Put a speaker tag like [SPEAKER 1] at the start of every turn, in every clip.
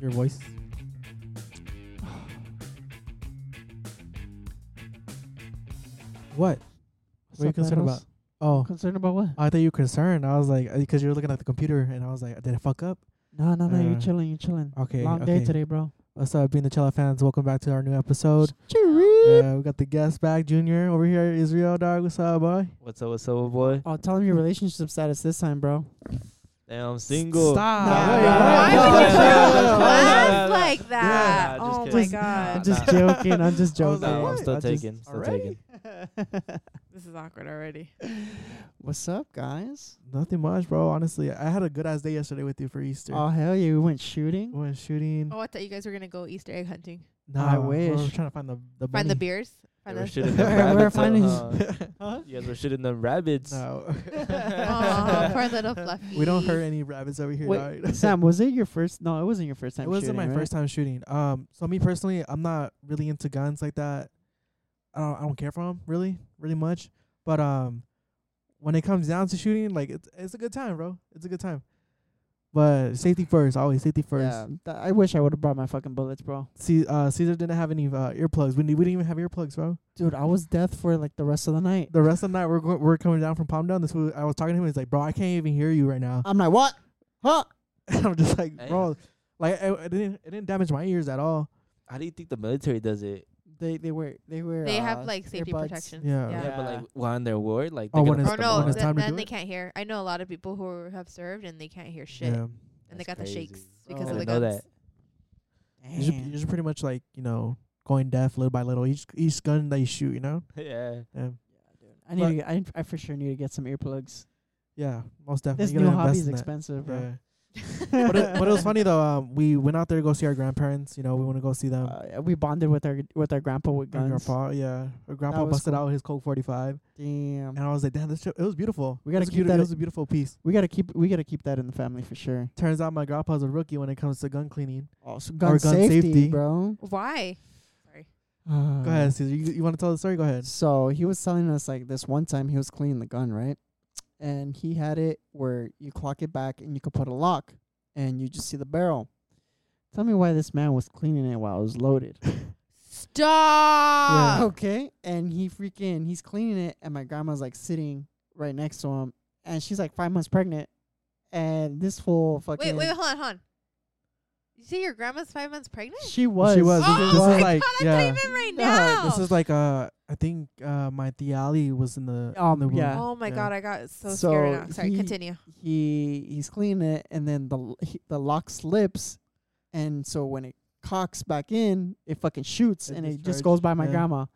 [SPEAKER 1] Your voice. What?
[SPEAKER 2] What's
[SPEAKER 1] What are you
[SPEAKER 2] up,
[SPEAKER 1] concerned
[SPEAKER 2] Thanos?
[SPEAKER 1] about? Oh,
[SPEAKER 2] Concerned about what?
[SPEAKER 1] I thought you were concerned. I was like, because you were looking at the computer, and I was like, did I fuck up?
[SPEAKER 2] No, Ah, no, no.
[SPEAKER 1] Uh,
[SPEAKER 2] you're chilling. You're chilling.
[SPEAKER 1] Okay.
[SPEAKER 2] Long
[SPEAKER 1] okay.
[SPEAKER 2] day today, bro.
[SPEAKER 1] What's up, being the Chella fans? Welcome back to our new episode.
[SPEAKER 2] Cheerio.
[SPEAKER 1] Uh, we got the guest back, Junior, over here, Israel dog. What's up, boy?
[SPEAKER 3] What's up, what's up, boy?
[SPEAKER 2] Oh, tell him your relationship status this time, bro.
[SPEAKER 3] Damn, I'm single.
[SPEAKER 1] Stop.
[SPEAKER 2] Nah,
[SPEAKER 1] Wait,
[SPEAKER 2] nah,
[SPEAKER 1] wait,
[SPEAKER 2] nah,
[SPEAKER 4] Why
[SPEAKER 1] wait,
[SPEAKER 4] would you
[SPEAKER 1] wait,
[SPEAKER 3] nah,
[SPEAKER 4] come
[SPEAKER 1] wait,
[SPEAKER 3] nah, nah,
[SPEAKER 1] wait, wait.
[SPEAKER 3] nah, nah,
[SPEAKER 4] class
[SPEAKER 3] nah.
[SPEAKER 4] like that?
[SPEAKER 3] Nah, just
[SPEAKER 4] oh my
[SPEAKER 3] kidding.
[SPEAKER 4] god.
[SPEAKER 2] I'm just
[SPEAKER 3] Nah.
[SPEAKER 2] joking. I'm just
[SPEAKER 1] I was
[SPEAKER 2] joking.
[SPEAKER 1] like,
[SPEAKER 3] Nah, I'm
[SPEAKER 1] what?
[SPEAKER 3] still
[SPEAKER 1] I just-
[SPEAKER 3] taking, still
[SPEAKER 1] already?
[SPEAKER 3] taking.
[SPEAKER 4] This is awkward already.
[SPEAKER 2] What's up, guys?
[SPEAKER 1] Nothing much, bro. Honestly, I had a good ass day yesterday with you for Easter.
[SPEAKER 2] Oh hell yeah, we went shooting.
[SPEAKER 1] we went shooting.
[SPEAKER 4] Oh, I thought you guys were gonna go Easter egg hunting.
[SPEAKER 1] Nah,
[SPEAKER 2] I
[SPEAKER 1] we We're
[SPEAKER 2] wish.
[SPEAKER 1] trying to find the the
[SPEAKER 4] Find the
[SPEAKER 1] bunny.
[SPEAKER 4] beers.
[SPEAKER 3] They
[SPEAKER 4] Find
[SPEAKER 3] were
[SPEAKER 4] the
[SPEAKER 1] We're
[SPEAKER 3] shooting them rabbits.
[SPEAKER 2] finding-
[SPEAKER 3] uh, You guys were shooting them rabbits.
[SPEAKER 1] No,
[SPEAKER 4] Aw, poor little fluffy.
[SPEAKER 1] we don't hurt any rabbits over here.
[SPEAKER 2] Wait,
[SPEAKER 1] dog.
[SPEAKER 2] Sam, was it your first? No, it wasn't your first time.
[SPEAKER 1] it wasn't
[SPEAKER 2] shooting,
[SPEAKER 1] my
[SPEAKER 2] right?
[SPEAKER 1] first time shooting. Um, so me personally, I'm not really into guns like that. I don't, I don't care for 'em really, really much. But um, when it comes down to shooting, like it's it's a good time, bro. It's a good time. But safety first, always safety first.
[SPEAKER 2] Yeah, th- I wish I would have brought my fucking bullets, bro.
[SPEAKER 1] See, uh, Caesar didn't have any uh, earplugs. We, didn't- we didn't even have earplugs, bro.
[SPEAKER 2] Dude, I was death for like the rest of the night.
[SPEAKER 1] The rest of the night, we're go- we're coming down from Palm Down. This was, I was talking to him. He's like, bro, I can't even hear you right now.
[SPEAKER 2] I'm like, what? Huh?
[SPEAKER 1] I'm just like,
[SPEAKER 3] Damn.
[SPEAKER 1] bro, like it, it didn't it didn't damage my ears at all.
[SPEAKER 3] How do you think the military does it?
[SPEAKER 2] They they were they were.
[SPEAKER 4] They
[SPEAKER 2] uh,
[SPEAKER 4] have like safety
[SPEAKER 2] earbuds.
[SPEAKER 4] protections.
[SPEAKER 1] Yeah.
[SPEAKER 3] Yeah,
[SPEAKER 4] yeah.
[SPEAKER 3] but
[SPEAKER 2] Yeah.
[SPEAKER 3] like while in their war, like
[SPEAKER 1] Oh,
[SPEAKER 3] they
[SPEAKER 1] when
[SPEAKER 3] gotta
[SPEAKER 1] it's-
[SPEAKER 4] Oh
[SPEAKER 3] put them
[SPEAKER 4] no,
[SPEAKER 3] on.
[SPEAKER 1] when it's
[SPEAKER 4] th-
[SPEAKER 1] time to
[SPEAKER 4] then
[SPEAKER 1] do
[SPEAKER 4] they
[SPEAKER 1] it?
[SPEAKER 4] can't hear. I know a lot of people who have served and they can't hear shit,
[SPEAKER 1] Yeah.
[SPEAKER 4] and they got
[SPEAKER 3] That's
[SPEAKER 4] the
[SPEAKER 3] crazy.
[SPEAKER 4] shakes
[SPEAKER 2] I
[SPEAKER 4] because of the
[SPEAKER 3] Oh, didn't know
[SPEAKER 4] guns.
[SPEAKER 3] that.
[SPEAKER 1] You're just,
[SPEAKER 2] Damn.
[SPEAKER 1] you're just pretty much like you know going deaf little by little. Each each gun that you shoot, you know.
[SPEAKER 3] yeah.
[SPEAKER 1] Yeah,
[SPEAKER 2] I need
[SPEAKER 1] But-
[SPEAKER 2] to get, I, I for sure need to get some earplugs.
[SPEAKER 1] yeah most definitely.
[SPEAKER 2] This
[SPEAKER 1] You
[SPEAKER 2] new
[SPEAKER 1] gotta
[SPEAKER 2] hobby
[SPEAKER 1] invest
[SPEAKER 2] is
[SPEAKER 1] in that.
[SPEAKER 2] expensive, bro.
[SPEAKER 1] Yeah. but, it, but it was funny though. Um, we went out there to go see our grandparents. You know, we want to go see them.
[SPEAKER 2] Uh, we bonded with our with our grandpa with
[SPEAKER 1] Our
[SPEAKER 2] guns.
[SPEAKER 1] grandpa, yeah, our grandpa
[SPEAKER 2] was
[SPEAKER 1] busted
[SPEAKER 2] cool.
[SPEAKER 1] out his Colt 45,
[SPEAKER 2] Damn.
[SPEAKER 1] and I was like, "Damn, this trip, it was beautiful."
[SPEAKER 2] We gotta
[SPEAKER 1] It was a
[SPEAKER 2] keep
[SPEAKER 1] beauti-
[SPEAKER 2] that-
[SPEAKER 1] It was a beautiful piece.
[SPEAKER 2] We gotta keep we gotta keep that in the family for sure.
[SPEAKER 1] Turns out my grandpa's a rookie when it comes to gun cleaning.
[SPEAKER 2] Oh, so
[SPEAKER 1] gun safety,
[SPEAKER 2] bro. Uh,
[SPEAKER 4] Why? Sorry.
[SPEAKER 1] Go
[SPEAKER 2] Mm.
[SPEAKER 1] ahead, Caesar. You, you want to tell the story? Go ahead.
[SPEAKER 2] So he was telling us like this one time he was cleaning the gun, right? And he had it where you clock it back and you could put a lock and you just see the barrel. Tell me why this man was cleaning it while it was loaded.
[SPEAKER 4] Stop.
[SPEAKER 2] okay. And he freaking he's cleaning it and my grandma's like sitting right next to him and she's like five months pregnant. And this whole
[SPEAKER 4] Wait,
[SPEAKER 2] fucking
[SPEAKER 4] wait, hold on, hold on. You say your grandma's five months pregnant?
[SPEAKER 2] she was
[SPEAKER 1] She was.
[SPEAKER 4] oh
[SPEAKER 1] this
[SPEAKER 4] my
[SPEAKER 1] is like-
[SPEAKER 4] god, I
[SPEAKER 1] yeah.
[SPEAKER 4] can't even right
[SPEAKER 2] No,
[SPEAKER 4] now.
[SPEAKER 1] This is like uh, I think uh, my tia Ali was in the in
[SPEAKER 2] Um,
[SPEAKER 1] the room.
[SPEAKER 2] yeah.
[SPEAKER 4] oh my
[SPEAKER 1] yeah.
[SPEAKER 4] god, I got so,
[SPEAKER 2] So
[SPEAKER 4] scared right now. Sorry,
[SPEAKER 2] he-
[SPEAKER 4] continue.
[SPEAKER 2] he he's cleaning it and then the l- he, the lock slips and so when it cocks back in it fucking shoots
[SPEAKER 1] It
[SPEAKER 2] and it
[SPEAKER 1] discharges,
[SPEAKER 2] just goes by my
[SPEAKER 1] yeah.
[SPEAKER 2] grandma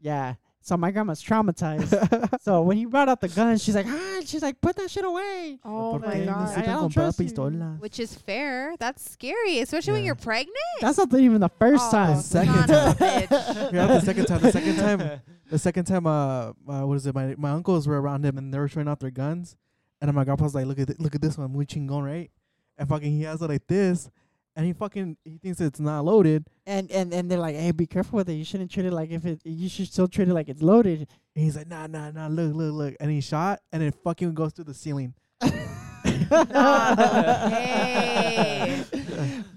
[SPEAKER 2] yeah so my grandma's traumatized so when he brought out the gun she's like ah she's like put that shit away
[SPEAKER 4] Oh
[SPEAKER 1] Porque
[SPEAKER 4] my god.
[SPEAKER 1] necesitan
[SPEAKER 2] I don't
[SPEAKER 1] comprar
[SPEAKER 2] trust you.
[SPEAKER 1] pistolas.
[SPEAKER 4] Which is fair. That's scary, especially when
[SPEAKER 1] Yeah.
[SPEAKER 4] you're pregnant.
[SPEAKER 2] that's not the- even the first
[SPEAKER 4] Oh,
[SPEAKER 2] time
[SPEAKER 4] son
[SPEAKER 1] Second
[SPEAKER 4] of a bitch.
[SPEAKER 1] yeah, the second time. The second time. The second time. Uh, uh what is it? My my uncles were around him and they were showing out their guns, and my grandpa was like, "Look at th- look at this one, muy chingón, right?" And fucking he has it like this, and he fucking he thinks it's not loaded.
[SPEAKER 2] and and and they're like hey be careful with it you shouldn't treat it like if it you should still treat it like it's loaded
[SPEAKER 1] And he's like, "Nah, nah, nah, look, look, look," and he shot, and it fucking goes through the ceiling.
[SPEAKER 4] hey.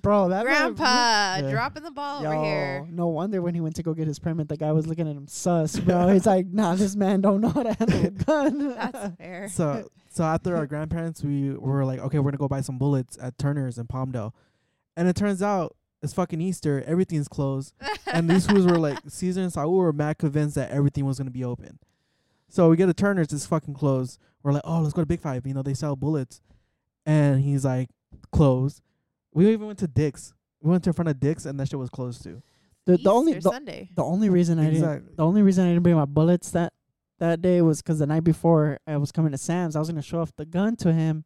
[SPEAKER 2] bro that man-
[SPEAKER 4] Grandpa,
[SPEAKER 1] Yeah.
[SPEAKER 4] dropping the ball
[SPEAKER 2] Yo,
[SPEAKER 4] over here.
[SPEAKER 2] No wonder when he went to go get his permit, the guy was looking at him sus, bro. He's like, nah, this man don't know how to handle a gun.
[SPEAKER 4] That's fair.
[SPEAKER 1] So so after our grandparents, we were like, "Okay, we're gonna go buy some bullets at Turner's in Palmdale," and it turns out. It's fucking Easter. Everything's closed. and these fools were like Caesar and Saul were mad convinced that everything was gonna be open. So we get to Turner's, it's fucking closed. We're like, oh, let's go to Big Five. You know, they sell bullets. And he's like, closed. We even went to Dick's. We went to in front of Dick's, and that shit was closed too.
[SPEAKER 2] the, the only
[SPEAKER 4] Easter
[SPEAKER 2] the,
[SPEAKER 4] Sunday.
[SPEAKER 2] the only reason I didn't
[SPEAKER 1] Exactly.
[SPEAKER 2] the only reason I didn't bring my bullets that that day was 'cause the night before I was coming to Sam's, I was gonna show off the gun to him,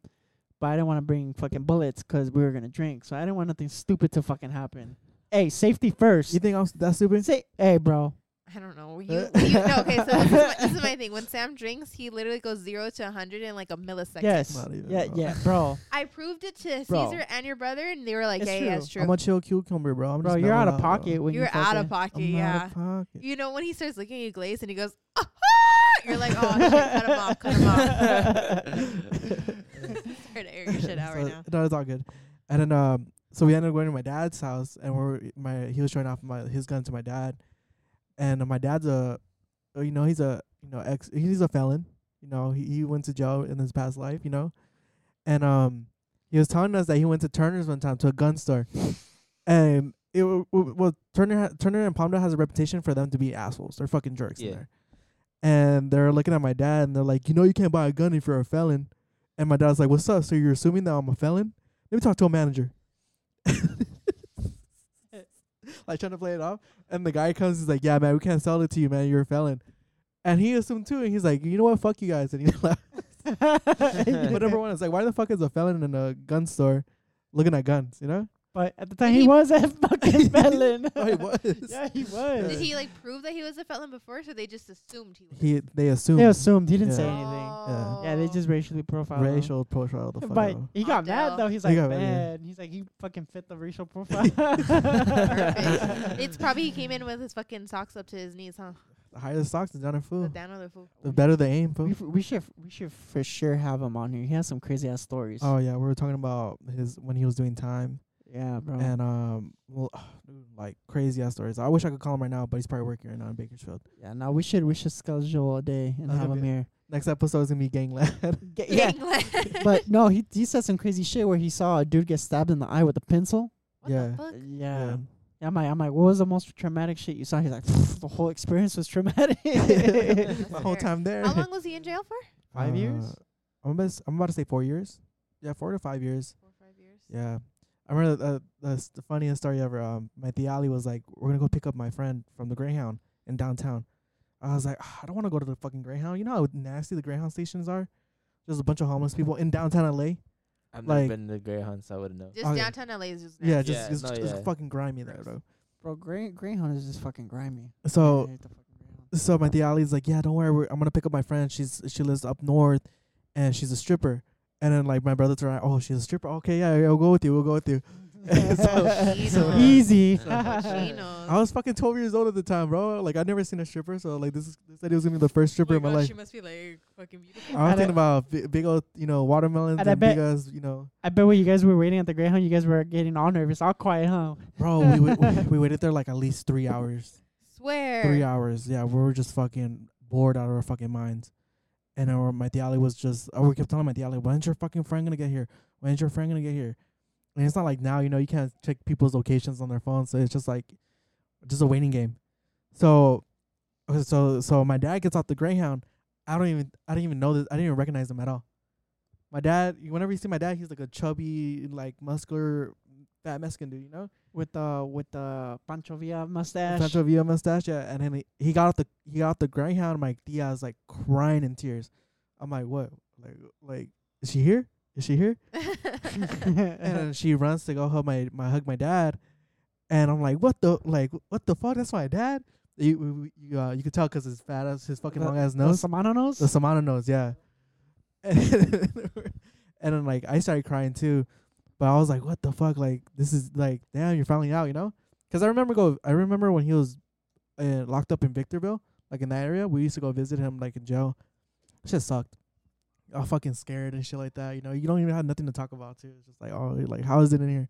[SPEAKER 2] but I didn't want to bring fucking bullets 'cause we were gonna drink. So I didn't want nothing stupid to fucking happen. Hey, safety first.
[SPEAKER 1] You think I'm s- that stupid?
[SPEAKER 2] Say, hey, bro.
[SPEAKER 4] I don't know. You, you no, okay, so this is, my, this is my thing. When Sam drinks, he literally goes zero to a 100 in like a millisecond.
[SPEAKER 2] Yes.
[SPEAKER 1] Not even,
[SPEAKER 2] Yeah,
[SPEAKER 1] bro.
[SPEAKER 2] yeah, bro.
[SPEAKER 4] I proved it to
[SPEAKER 2] Bro.
[SPEAKER 4] Caesar and your brother, and they were like,
[SPEAKER 2] It's
[SPEAKER 4] yeah,
[SPEAKER 2] true.
[SPEAKER 4] yeah, it's true.
[SPEAKER 1] I'm a chill cucumber, bro. I'm
[SPEAKER 2] Bro,
[SPEAKER 1] just
[SPEAKER 2] you're out
[SPEAKER 1] mellow
[SPEAKER 2] of pocket when
[SPEAKER 4] You're
[SPEAKER 2] you
[SPEAKER 4] out
[SPEAKER 2] fucking-
[SPEAKER 4] of pocket,
[SPEAKER 1] I'm
[SPEAKER 4] yeah.
[SPEAKER 1] out of pocket.
[SPEAKER 4] You know when he starts looking at you glazed and he goes, ah, ah," you're like, oh, shit, cut him off, cut him off. Start to air your shit out
[SPEAKER 1] So,
[SPEAKER 4] right now.
[SPEAKER 1] No, it's all good. And then um, so we ended up going to my dad's house, and we're my he was showing off my his gun to my dad, and my dad's a, uh, you know, he's a you know ex he's a felon, you know, he he went to jail in his past life, you know, and um he was telling us that he went to Turner's one time to a gun store, and it w- w- well Turner ha- Turner and Palmdale has a reputation for them to be assholes, they're fucking jerks in
[SPEAKER 3] Yeah.
[SPEAKER 1] there, and they're looking at my dad and they're like, you know, you can't buy a gun if you're a felon, and my dad's like, what's up? So you're assuming that I'm a felon? Let me talk to a manager like trying to play it off. And the guy comes, he's like, "Yeah, man, we can't sell it to you, man. You're a felon." And he assumed too, and he's like, "You know what? Fuck you guys." And he left. but number one is like, why the fuck is a felon in a gun store looking at guns? You know?
[SPEAKER 2] But at the time,
[SPEAKER 4] Did
[SPEAKER 2] he
[SPEAKER 4] he-
[SPEAKER 2] was a fucking felon.
[SPEAKER 1] Oh, he was.
[SPEAKER 2] yeah, he was.
[SPEAKER 4] Did he like prove that he was a felon before, so they just assumed he was?
[SPEAKER 1] He they assumed
[SPEAKER 2] They assumed he didn't say
[SPEAKER 1] Yeah.
[SPEAKER 2] anything. Yeah, they
[SPEAKER 4] Oh.
[SPEAKER 2] just racially profiled him.
[SPEAKER 1] racial profile. The fuck
[SPEAKER 2] But
[SPEAKER 1] out of him.
[SPEAKER 2] he got mad
[SPEAKER 4] Odell.
[SPEAKER 2] though. He's
[SPEAKER 1] He
[SPEAKER 2] like,
[SPEAKER 1] got mad, yeah.
[SPEAKER 2] man. He's like, he fucking fit the racial profile.
[SPEAKER 4] Oh. Perfect. it's probably he came in with his fucking socks up to his knees, huh?
[SPEAKER 1] the higher the stocks, the downer
[SPEAKER 4] The
[SPEAKER 1] fool.
[SPEAKER 4] down on the fool.
[SPEAKER 1] The better the aim,
[SPEAKER 2] we,
[SPEAKER 1] fool.
[SPEAKER 2] f- we should we should for sure have him on here. He has some crazy ass stories.
[SPEAKER 1] Oh yeah, we were talking about his when he was doing time
[SPEAKER 2] yeah, bro.
[SPEAKER 1] and um, well, dude, like crazy ass stories. I wish I could call him right now, but he's probably working right now in Bakersfield.
[SPEAKER 2] yeah, no, we should we should schedule a day and
[SPEAKER 1] That'd
[SPEAKER 2] have
[SPEAKER 1] be
[SPEAKER 2] him here.
[SPEAKER 1] Next episode is gonna be gangland.
[SPEAKER 2] Get- yeah,
[SPEAKER 4] What
[SPEAKER 2] but no, he he said some crazy shit where he saw a dude get stabbed in the eye with a pencil.
[SPEAKER 1] Yeah.
[SPEAKER 4] the fuck?
[SPEAKER 2] Yeah. yeah. I'm like, I'm like, what was the most traumatic shit you saw? He's like, the whole experience was traumatic.
[SPEAKER 1] my whole
[SPEAKER 4] fair.
[SPEAKER 1] time there.
[SPEAKER 4] How long was he in jail for?
[SPEAKER 3] Five years?
[SPEAKER 1] Uh, I'm about, s- I'm about to say four years. Yeah, four to five years.
[SPEAKER 4] Four or five years.
[SPEAKER 1] Yeah. I remember uh, that's the funniest story ever. Um, my Thiali was like, "We're gonna go pick up my friend from the Greyhound in downtown." I was like, "Ah, "I don't want to go to the fucking Greyhound. You know how nasty the Greyhound stations are. There's a bunch of homeless people in downtown LA.
[SPEAKER 3] I've
[SPEAKER 1] Like-
[SPEAKER 3] never been to Greyhound, so I wouldn't know.
[SPEAKER 4] Just
[SPEAKER 1] Okay.
[SPEAKER 4] downtown LA is just
[SPEAKER 1] Yeah,
[SPEAKER 4] nasty.
[SPEAKER 1] just
[SPEAKER 3] Yeah,
[SPEAKER 1] it's,
[SPEAKER 3] no,
[SPEAKER 1] it's
[SPEAKER 3] yeah.
[SPEAKER 1] fucking grimy there,
[SPEAKER 3] Gross.
[SPEAKER 1] bro.
[SPEAKER 2] bro, Grey, Greyhound is just fucking grimy.
[SPEAKER 1] So
[SPEAKER 2] I hate the fucking Greyhound.
[SPEAKER 1] so my Thiali's like, yeah, don't worry, we're, I'm gonna pick up my friend. She's she lives up north, and she's a stripper. And then like my brother's around, oh, she's a stripper. Okay, yeah, yeah, we'll go with you. We'll go with you. So-
[SPEAKER 4] so-
[SPEAKER 2] easy.
[SPEAKER 4] She
[SPEAKER 1] I
[SPEAKER 4] knows.
[SPEAKER 1] was fucking 12 years old at the time, bro. Like I never seen a stripper, so like this is this said it was gonna be the first stripper in my life. Uh,
[SPEAKER 4] She must be like fucking beautiful.
[SPEAKER 1] I was
[SPEAKER 2] And
[SPEAKER 1] thinking
[SPEAKER 2] I-
[SPEAKER 1] about big, big old, you know, watermelons
[SPEAKER 2] And
[SPEAKER 1] and,
[SPEAKER 2] I bet-
[SPEAKER 1] big ass, you know,
[SPEAKER 2] I bet when you guys were waiting at the Greyhound, you guys were getting all nervous, all quiet, huh?
[SPEAKER 1] bro. We, we we we waited there like at least three hours.
[SPEAKER 4] Swear.
[SPEAKER 1] Three hours, yeah. We were just fucking bored out of our fucking minds. And our my alley was just, oh, we kept telling my alley, when's your fucking friend gonna get here? When's your friend gonna get here? And it's not like now, you know, you can't check people's locations on their phone, so it's just like, just a waiting game. So, okay, so so my dad gets off the Greyhound. I don't even I didn't even know this. I didn't even recognize him at all. My dad, whenever you see my dad, he's like a chubby, like muscular, fat Mexican dude, you know.
[SPEAKER 2] With the with the Pancho Villa mustache.
[SPEAKER 1] Pancho Villa mustache, yeah. And then he, he got off the he got off the Greyhound. My tia was like crying in tears. I'm like, what? Like, like, is she here? Is she here? And
[SPEAKER 2] Uh-huh.
[SPEAKER 1] then she runs to go hug my my hug my dad. And I'm like, what the like, what the fuck? That's my dad. You you- you, uh, you could tell 'cause his fat ass, his fucking
[SPEAKER 2] The-
[SPEAKER 1] long ass
[SPEAKER 2] The
[SPEAKER 1] nose,
[SPEAKER 2] Samano nose?
[SPEAKER 1] the Samana nose, yeah. And and then like I started crying too, but I was like, what the fuck? Like this is like, damn, you're finally out, you know? 'Cause I remember go, I remember when he was uh, locked up in Victorville, like in that area. We used to go visit him like in jail. Shit sucked. All fucking scared and shit like that. You know, you don't even have nothing to talk about too. It's just like, oh, like how is it in here?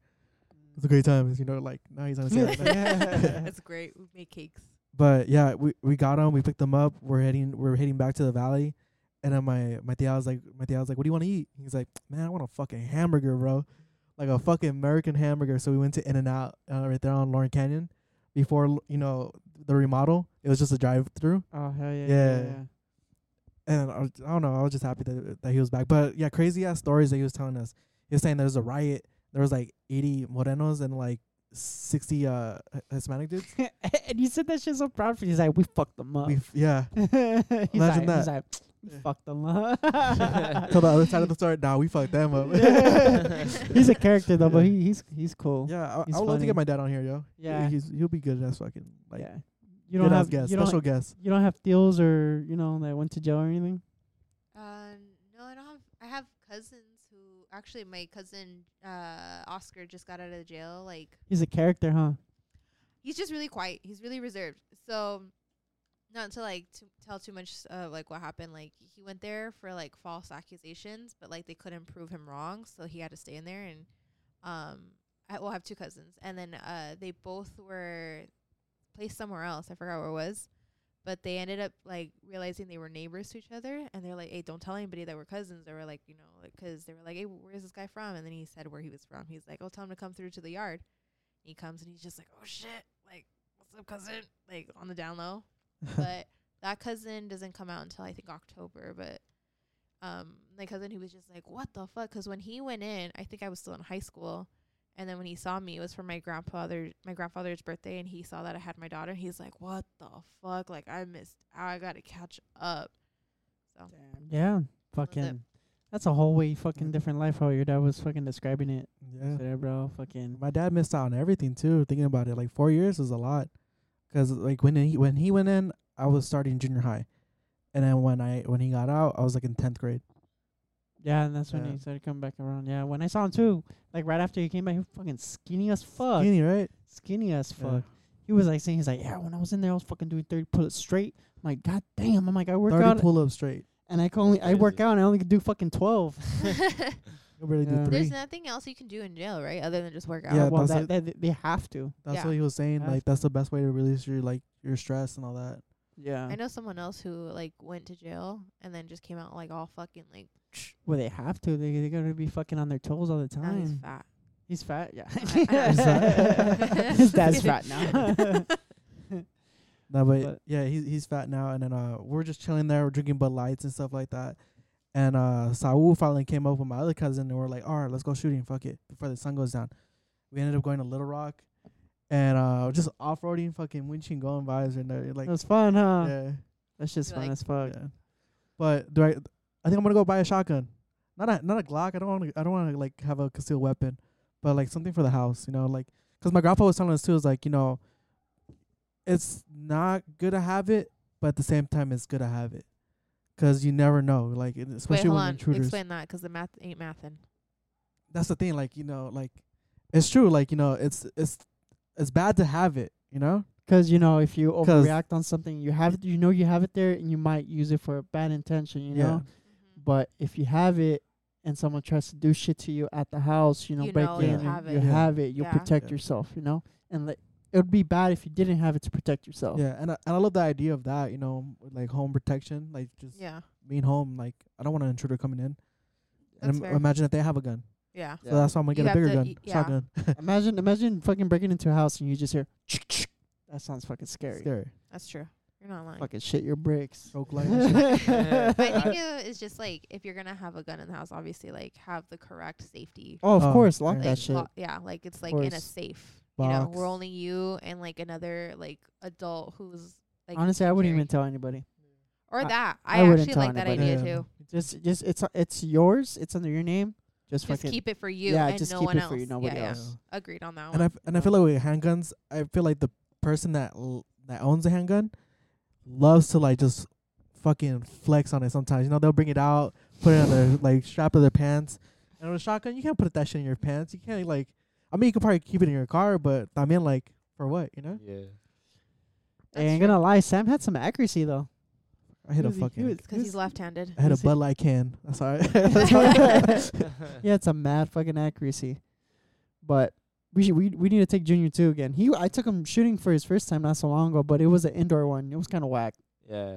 [SPEAKER 1] It's a great time. You know, like now he's on his
[SPEAKER 4] That's great. We make cakes.
[SPEAKER 1] but yeah, we we got him. We picked him up. We're heading we're heading back to the valley, and then my my tia was like my tia was like, "What do you want to eat?" He's like, "Man, I want a fucking hamburger, bro, like a fucking American hamburger." So we went to In and Out uh, right there on Lauren Canyon, before you know the remodel. It was just a drive through,
[SPEAKER 2] oh hell yeah. Yeah.
[SPEAKER 1] Yeah.
[SPEAKER 2] yeah, yeah.
[SPEAKER 1] and I, was, I don't know. I was just happy that that he was back. But yeah, crazy ass stories that he was telling us. He was saying there was a riot. There was like eighty Morenos and like sixty uh Hispanic dudes.
[SPEAKER 2] and you said that shit so proud for you. He's like, we fucked them up.
[SPEAKER 1] We f- yeah.
[SPEAKER 2] he's Imagine like,
[SPEAKER 1] that.
[SPEAKER 2] He's like, we fucked them up.
[SPEAKER 1] Till the other side of the store. Nah, we fucked them up.
[SPEAKER 2] he's a character though, but he, he's he's cool. Yeah.
[SPEAKER 1] Yeah, I, I would
[SPEAKER 2] He's
[SPEAKER 1] love to
[SPEAKER 2] funny.
[SPEAKER 1] get my dad on here, yo. He-
[SPEAKER 2] Yeah.
[SPEAKER 1] he's he'll be good as fucking like
[SPEAKER 2] You don't
[SPEAKER 1] good
[SPEAKER 2] have
[SPEAKER 1] ass guest,
[SPEAKER 2] you don't,
[SPEAKER 1] special guest.
[SPEAKER 2] you don't have deals or you know that went to jail or anything.
[SPEAKER 4] Um, no, I don't have. I have cousins who actually, my cousin uh, Oscar just got out of jail. Like
[SPEAKER 2] He's a character, huh?
[SPEAKER 4] he's just really quiet. He's really reserved. So, not to like to tell too much uh, like what happened. Like he went there for like false accusations, but like they couldn't prove him wrong, so he had to stay in there. And um, I will have two cousins, and then uh, they both were placed somewhere else. I forgot where it was, but they ended up like realizing they were neighbors to each other, and they're like, "Hey, don't tell anybody that we're cousins." They were like, you know, like 'cause they were like, "Hey, where's this guy from?" And then he said where he was from. He's like, "Oh, tell him to come through to the yard." And he comes and he's just like, "Oh shit, like what's up, cousin?" Like on the down low, but that cousin doesn't come out until I think October, but um my cousin he was just like what the fuck because when he went in i think i was still in high school and then when he saw me it was for my grandfather my grandfather's birthday and he saw that i had my daughter he's like what the fuck like i missed out i gotta catch up so
[SPEAKER 2] Damn. Yeah. Fucking. That's a whole way fucking different life how your dad was fucking describing it.
[SPEAKER 1] yeah.
[SPEAKER 2] There, bro. Fucking.
[SPEAKER 1] My dad missed out on everything too. Thinking about it, like four years is a lot. 'Cause like when he when he went in, I was starting junior high, and then when I when he got out, I was like in tenth grade.
[SPEAKER 2] Yeah, and that's when
[SPEAKER 1] Yeah.
[SPEAKER 2] he started coming back around. Yeah, when I saw him too, like right after he came back, he was fucking skinny as fuck. Skinny,
[SPEAKER 1] Skinny, right?
[SPEAKER 2] as
[SPEAKER 1] Yeah.
[SPEAKER 2] fuck. He was like saying, he's like, yeah, when I was in there, I was fucking doing 30 pull ups straight. I'm like, God damn. I'm like, I work out
[SPEAKER 1] Thirty pull ups straight.
[SPEAKER 2] and I can only, I
[SPEAKER 3] Crazy.
[SPEAKER 2] work out and I only can do fucking 12.
[SPEAKER 1] I barely
[SPEAKER 2] Yeah.
[SPEAKER 1] do
[SPEAKER 4] there's
[SPEAKER 1] three.
[SPEAKER 4] nothing else you can do in jail right other than just work out
[SPEAKER 1] Yeah,
[SPEAKER 2] well,
[SPEAKER 1] that's
[SPEAKER 2] that, that, they have to.
[SPEAKER 1] That's
[SPEAKER 4] yeah.
[SPEAKER 1] what he was saying.
[SPEAKER 2] Have
[SPEAKER 1] Like that's the best way to release your like your stress and all that.
[SPEAKER 2] Yeah.
[SPEAKER 4] i know someone else who like went to jail and then just came out like all fucking like
[SPEAKER 2] Well, they have to. They, they gotta be fucking on their toes all the
[SPEAKER 4] now
[SPEAKER 2] time.
[SPEAKER 4] he's fat
[SPEAKER 2] He's fat, yeah.
[SPEAKER 4] I- I-
[SPEAKER 2] His dad's fat now.
[SPEAKER 1] No, but,
[SPEAKER 2] But-
[SPEAKER 1] yeah, he's he's fat now, and then uh, we're just chilling there, we're drinking Bud Lights and stuff like that. And uh, Saul finally came up with my other cousin, and we're like, all right, let's go shooting, fuck it, before the sun goes down. We ended up going to Little Rock, and uh, just off roading, fucking Winchingon vibes, and uh, like,
[SPEAKER 2] It was fun, huh?
[SPEAKER 1] yeah,
[SPEAKER 2] That's just
[SPEAKER 4] You
[SPEAKER 2] fun
[SPEAKER 4] like-
[SPEAKER 2] as fuck.
[SPEAKER 1] yeah. But do I? I think I'm gonna go buy a shotgun, not a not a Glock. I don't want to. I don't want to like have a concealed weapon, but like something for the house, you know, like 'cause my grandpa was telling us too, is like you know, it's not good to have it, but at the same time, it's good to have it, 'cause you never know, like it-
[SPEAKER 4] wait
[SPEAKER 1] especially
[SPEAKER 4] hold
[SPEAKER 1] when
[SPEAKER 4] on
[SPEAKER 1] intruders.
[SPEAKER 4] explain that 'cause the math ain't mathin'.
[SPEAKER 1] That's the thing, like you know, like it's true, like you know, it's it's it's bad to have it, you know.
[SPEAKER 2] 'Cause you know, if you
[SPEAKER 1] 'Cause-
[SPEAKER 2] overreact on something, you have it, you know you have it there, and you might use it for a bad intention, you
[SPEAKER 1] Yeah.
[SPEAKER 2] know. But if you have it, and someone tries to do shit to you at the house, you know,
[SPEAKER 4] You
[SPEAKER 2] break
[SPEAKER 4] know
[SPEAKER 2] in,
[SPEAKER 1] you
[SPEAKER 2] and
[SPEAKER 4] have
[SPEAKER 2] you
[SPEAKER 4] it.
[SPEAKER 2] have it, you'll
[SPEAKER 4] Yeah.
[SPEAKER 2] protect
[SPEAKER 1] Yeah.
[SPEAKER 2] yourself, you know. And like, it would be bad if you didn't have it to protect yourself.
[SPEAKER 1] Yeah, and I, and I love the idea of that, you know, like home protection, like just
[SPEAKER 4] yeah
[SPEAKER 1] being home, like I don't want an intruder coming in.
[SPEAKER 4] That's
[SPEAKER 1] And im-
[SPEAKER 4] fair.
[SPEAKER 1] imagine if they have a gun.
[SPEAKER 4] yeah
[SPEAKER 1] So that's why I'm gonna
[SPEAKER 4] You
[SPEAKER 1] get a
[SPEAKER 4] have
[SPEAKER 1] bigger
[SPEAKER 4] to-
[SPEAKER 1] gun,
[SPEAKER 4] y- yeah.
[SPEAKER 1] shotgun.
[SPEAKER 2] imagine, imagine fucking breaking into a house and you just hear. that sounds fucking scary.
[SPEAKER 1] Scary.
[SPEAKER 4] that's true you're not lying
[SPEAKER 2] Fucking shit your bricks.
[SPEAKER 1] Stroke light. and shit.
[SPEAKER 4] But I think it is just like if you're gonna have a gun in the house, obviously like have the correct safety.
[SPEAKER 2] Oh, of
[SPEAKER 1] Oh,
[SPEAKER 2] course, lock
[SPEAKER 1] right.
[SPEAKER 2] that
[SPEAKER 4] like,
[SPEAKER 2] shit.
[SPEAKER 4] lo- yeah, like it's like in a
[SPEAKER 2] course.
[SPEAKER 4] safe. You know,
[SPEAKER 1] Box.
[SPEAKER 4] we're only you and like another like adult who's like.
[SPEAKER 2] Honestly, I wouldn't even
[SPEAKER 4] carry.
[SPEAKER 2] tell anybody.
[SPEAKER 4] Or
[SPEAKER 2] I-
[SPEAKER 4] that
[SPEAKER 2] I
[SPEAKER 4] I,
[SPEAKER 2] wouldn't
[SPEAKER 4] actually
[SPEAKER 2] tell
[SPEAKER 4] like that
[SPEAKER 2] anybody.
[SPEAKER 4] idea
[SPEAKER 1] Yeah.
[SPEAKER 4] too.
[SPEAKER 2] Just, just it's it's yours. It's under your name. Just,
[SPEAKER 4] Just
[SPEAKER 2] fucking
[SPEAKER 4] keep it for you
[SPEAKER 2] yeah,
[SPEAKER 4] and
[SPEAKER 2] just
[SPEAKER 4] no
[SPEAKER 2] keep
[SPEAKER 4] one
[SPEAKER 2] it
[SPEAKER 4] else.
[SPEAKER 2] for you, nobody
[SPEAKER 4] yeah,
[SPEAKER 1] Yeah.
[SPEAKER 2] else.
[SPEAKER 4] yeah. Agreed on that one.
[SPEAKER 1] And I f- and I feel like with handguns, I feel like the person that l- that owns a handgun loves to like just fucking flex on it. Sometimes you know they'll bring it out, put it on their like strap of their pants. And with a shotgun, you can't put that shit in your pants. You can't like. I mean, you could probably keep it in your car, but I mean, like for what? You know,
[SPEAKER 3] yeah.
[SPEAKER 2] I ain't gonna lie. Sam had some accuracy though.
[SPEAKER 1] I hit
[SPEAKER 2] He
[SPEAKER 1] a
[SPEAKER 2] was- he was-
[SPEAKER 1] fucking.
[SPEAKER 4] because he's
[SPEAKER 2] was-
[SPEAKER 4] left-handed.
[SPEAKER 1] I hit a
[SPEAKER 2] he's-
[SPEAKER 1] Bud Light can. That's all right.
[SPEAKER 2] He had some mad fucking accuracy. But we should, we we need to take Junior too again. He I took him shooting for his first time not so long ago, but it was an indoor one. It was kind of whack.
[SPEAKER 3] yeah.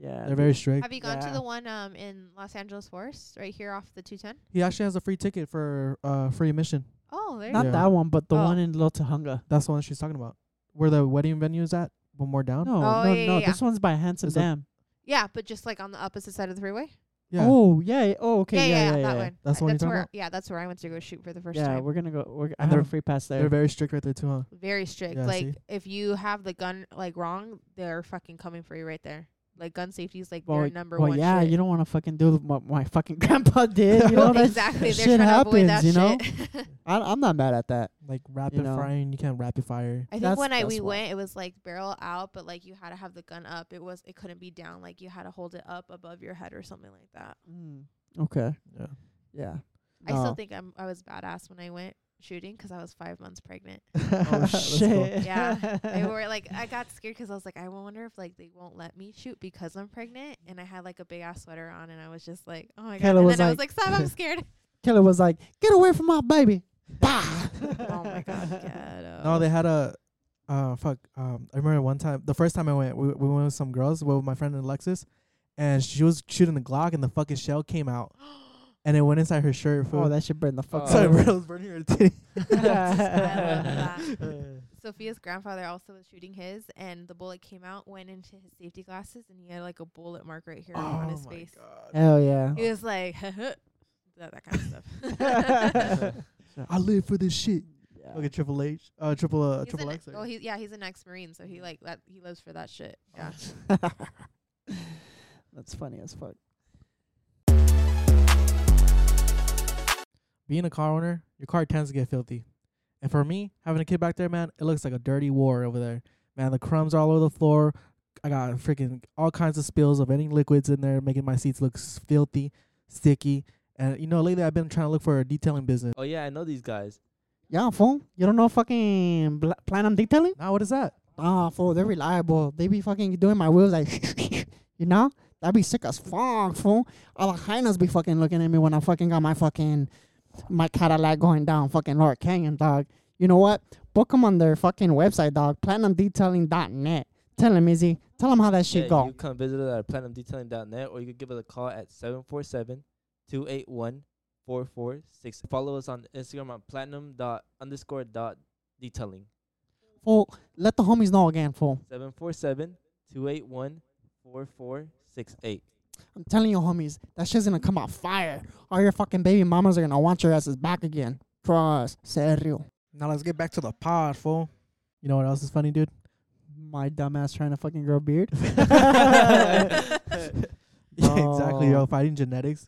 [SPEAKER 2] Yeah,
[SPEAKER 1] They're very strict.
[SPEAKER 4] Have you gone to
[SPEAKER 2] Yeah.
[SPEAKER 4] the one um in Los Angeles Forest right here off the 210?
[SPEAKER 1] He actually has a free ticket for uh free admission.
[SPEAKER 4] Oh, there. you
[SPEAKER 2] not
[SPEAKER 1] Yeah.
[SPEAKER 2] that one, but the
[SPEAKER 4] Oh.
[SPEAKER 2] one in Lotahunga.
[SPEAKER 1] That's the one she's talking about. Where the wedding venue is at? One more
[SPEAKER 2] No,
[SPEAKER 1] down?
[SPEAKER 4] Oh,
[SPEAKER 2] no,
[SPEAKER 4] yeah,
[SPEAKER 2] no.
[SPEAKER 4] yeah,
[SPEAKER 2] This one's by Handsome
[SPEAKER 1] Is that-
[SPEAKER 2] Dam.
[SPEAKER 4] Yeah, but just like on the opposite side of the freeway.
[SPEAKER 1] Yeah.
[SPEAKER 2] Oh yeah. yeah, Oh okay.
[SPEAKER 4] yeah, yeah,
[SPEAKER 2] yeah,
[SPEAKER 4] that one.
[SPEAKER 1] That's the one you're
[SPEAKER 4] that's
[SPEAKER 1] talking
[SPEAKER 4] where.
[SPEAKER 1] about?
[SPEAKER 4] Yeah, that's where I went to go shoot for the first
[SPEAKER 2] yeah,
[SPEAKER 4] time.
[SPEAKER 2] we're gonna go. We're, I
[SPEAKER 1] And
[SPEAKER 2] have a
[SPEAKER 1] they're-
[SPEAKER 2] free pass there.
[SPEAKER 1] They're very strict right there too, huh?
[SPEAKER 4] very strict.
[SPEAKER 1] Yeah,
[SPEAKER 4] like
[SPEAKER 1] see?
[SPEAKER 4] if you have the gun like wrong, they're fucking coming for you right there. Like gun safety is like
[SPEAKER 2] Well,
[SPEAKER 4] their number
[SPEAKER 2] well,
[SPEAKER 4] one.
[SPEAKER 2] yeah,
[SPEAKER 4] shit.
[SPEAKER 2] you don't want to fucking do what my fucking grandpa did. You know that
[SPEAKER 4] exactly. They're
[SPEAKER 2] shit
[SPEAKER 4] trying to
[SPEAKER 2] happens.
[SPEAKER 4] avoid that
[SPEAKER 2] you know,
[SPEAKER 4] shit.
[SPEAKER 2] I, I'm not mad at that.
[SPEAKER 1] Like rapid
[SPEAKER 2] know.
[SPEAKER 1] frying, you can't rapid fire.
[SPEAKER 4] I think
[SPEAKER 2] That's-
[SPEAKER 4] when I
[SPEAKER 2] that's
[SPEAKER 4] we
[SPEAKER 2] why.
[SPEAKER 4] went, it was like barrel out, but like you had to have the gun up. It was it couldn't be down. Like you had to hold it up above your head or something like that.
[SPEAKER 2] Okay.
[SPEAKER 1] Yeah.
[SPEAKER 2] Yeah.
[SPEAKER 4] I still
[SPEAKER 2] No.
[SPEAKER 4] think I'm I was badass when I went shooting 'cause I was five months pregnant.
[SPEAKER 2] Oh shit.
[SPEAKER 4] Yeah, I were like I got scared 'cause I was like I wonder if like they won't let me shoot because I'm pregnant and I had like a big ass sweater on and I was just like oh my god
[SPEAKER 2] Kayla
[SPEAKER 4] and
[SPEAKER 2] was
[SPEAKER 4] then I was like stop I'm scared
[SPEAKER 2] Killer was like, "Get away from my baby!" Bah.
[SPEAKER 4] oh my god, ghetto.
[SPEAKER 1] No, they had a uh fuck. Um, I remember one time, the first time I went, we we went with some girls, with my friend Alexis, and she was shooting the Glock, and the fucking shell came out, and it went inside her shirt. Fool.
[SPEAKER 2] Oh, that should burn the fuck
[SPEAKER 3] Oh.
[SPEAKER 1] so it
[SPEAKER 2] up.
[SPEAKER 1] was burning her titty.
[SPEAKER 4] love
[SPEAKER 2] that.
[SPEAKER 4] Sophia's grandfather also was shooting his, and the bullet came out, went into his safety glasses, and he had like a bullet mark right here on his face.
[SPEAKER 1] Oh god!
[SPEAKER 2] Hell yeah.
[SPEAKER 4] He was like, that, that kind of stuff.
[SPEAKER 1] I live for this shit.
[SPEAKER 2] Yeah.
[SPEAKER 1] Okay, Triple H, uh, Triple uh,
[SPEAKER 4] He's
[SPEAKER 1] Triple
[SPEAKER 4] an-
[SPEAKER 1] X.
[SPEAKER 4] oh, he, yeah, he's an ex-marine, so he like that he lives for that shit.
[SPEAKER 2] Oh,
[SPEAKER 4] Yeah.
[SPEAKER 2] That's funny as fuck.
[SPEAKER 1] Being a car owner, your car tends to get filthy, and for me, having a kid back there, man, it looks like a dirty war over there. Man, the crumbs are all over the floor. I got freaking all kinds of spills of any liquids in there, making my seats look s- filthy, sticky. And you know, lately I've been trying to look for a detailing business.
[SPEAKER 3] Oh yeah, I know these guys.
[SPEAKER 2] Yeah, fool. You don't know fucking bla- Planum detailing?
[SPEAKER 1] Now, what is that?
[SPEAKER 2] Nah, fool. They're reliable. They be fucking doing my wheels like, you know? That'd be sick as fuck, fool. All the hyenas be fucking looking at me when I fucking got my fucking, my Cadillac going down fucking Lord Canyon, dog. You know what? Book 'em on their fucking website, dog. PlatinumDetailing.net. Tell 'em, Izzy. Tell 'em how that shit
[SPEAKER 3] Yeah,
[SPEAKER 2] go.
[SPEAKER 3] You come visit us at platinumdetailing.net or you could give us a call at 747-281-4466. Follow us on Instagram at platinum dot underscore dot detailing.
[SPEAKER 2] Fool, let the homies know again, fool.
[SPEAKER 3] 747-281-4468.
[SPEAKER 2] I'm telling you, homies, that shit's gonna come out fire. All your fucking baby mamas are gonna want your asses back again. Trust. Serio.
[SPEAKER 1] Now let's get back to the pod, fool. You know what else is funny, dude?
[SPEAKER 2] My dumbass trying to fucking grow a beard.
[SPEAKER 1] Yeah, exactly, yo.
[SPEAKER 2] No.
[SPEAKER 1] Fighting genetics.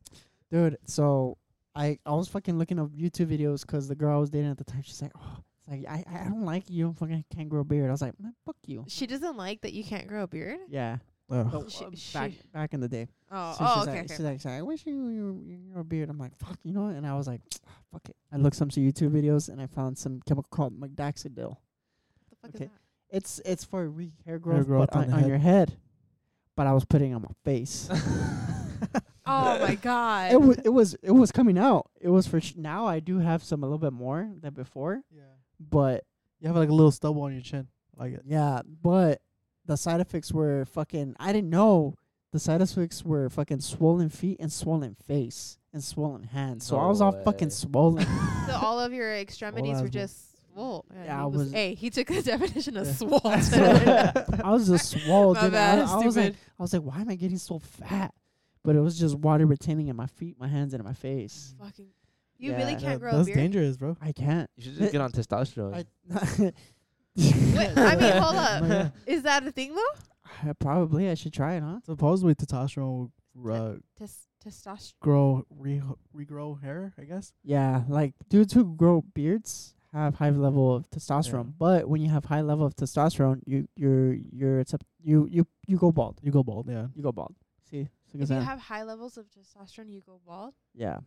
[SPEAKER 2] Dude, so I, I was fucking looking up YouTube videos 'cause the girl I was dating at the time, she's like, oh, it's like, I, I don't like you. I fucking can't grow a beard. I was like, man, fuck you.
[SPEAKER 4] She doesn't like that you can't grow a beard.
[SPEAKER 2] Yeah.
[SPEAKER 1] Ugh.
[SPEAKER 2] So,
[SPEAKER 4] She-
[SPEAKER 2] uh,
[SPEAKER 4] she-
[SPEAKER 2] back, back in the day.
[SPEAKER 4] Oh,
[SPEAKER 2] So
[SPEAKER 4] oh
[SPEAKER 2] she's
[SPEAKER 4] okay,
[SPEAKER 2] like,
[SPEAKER 4] okay.
[SPEAKER 2] She's like, she's like, I wish you you you grew a beard. I'm like, fuck, you know. what? And I was like, "Ah, fuck it. I looked some YouTube videos and I found some chemical called migdaxidil.
[SPEAKER 4] the fuck
[SPEAKER 2] okay.
[SPEAKER 4] is that?
[SPEAKER 2] It's it's for re- hair growth,
[SPEAKER 1] growth
[SPEAKER 2] but on,
[SPEAKER 1] on the
[SPEAKER 2] on
[SPEAKER 1] head.
[SPEAKER 2] your head. But I was putting it on my face.
[SPEAKER 4] Oh my god.
[SPEAKER 2] it was it was it was coming out. It was for sh- now. I do have some a little bit more than before,
[SPEAKER 1] Yeah.
[SPEAKER 2] but
[SPEAKER 1] You have like a little stubble on your chin. Like it.
[SPEAKER 2] yeah. But the side effects were fucking. I didn't know the side effects were fucking swollen feet and swollen face and swollen hands. So I was
[SPEAKER 3] No
[SPEAKER 2] all fucking
[SPEAKER 3] way.
[SPEAKER 2] swollen.
[SPEAKER 4] So all of your extremities
[SPEAKER 1] asthma.
[SPEAKER 4] were just swole. Yeah,
[SPEAKER 2] Yeah,
[SPEAKER 4] he
[SPEAKER 2] I was-
[SPEAKER 4] Hey, he took the definition of
[SPEAKER 1] Yeah.
[SPEAKER 4] swole.
[SPEAKER 2] I was just swole.
[SPEAKER 4] My
[SPEAKER 2] dude.
[SPEAKER 4] bad,
[SPEAKER 2] I, I was like,
[SPEAKER 4] stupid.
[SPEAKER 2] I was like, why am I getting so fat? But it was just water retaining in my feet, my hands, and in my face.
[SPEAKER 4] Fucking. You
[SPEAKER 2] Yeah,
[SPEAKER 4] really
[SPEAKER 2] that-
[SPEAKER 4] can't grow a
[SPEAKER 1] That's
[SPEAKER 4] beard.
[SPEAKER 1] dangerous, bro.
[SPEAKER 2] I can't.
[SPEAKER 3] you should just get on testosterone.
[SPEAKER 2] I,
[SPEAKER 4] Wait, I mean, hold up.
[SPEAKER 1] Yeah.
[SPEAKER 4] Is that a thing though?
[SPEAKER 2] I probably I should try it, huh?
[SPEAKER 1] Supposedly testosterone will uh,
[SPEAKER 4] Tes- testosterone.
[SPEAKER 1] grow re- regrow hair, I guess.
[SPEAKER 2] Yeah, like dudes who grow beards have high level of testosterone, but when you have high level of testosterone, you you're you're it's up, you you you go bald.
[SPEAKER 1] You go bald, yeah.
[SPEAKER 2] You go bald. See, so
[SPEAKER 4] If you have high levels of testosterone, you go bald.
[SPEAKER 2] yeah,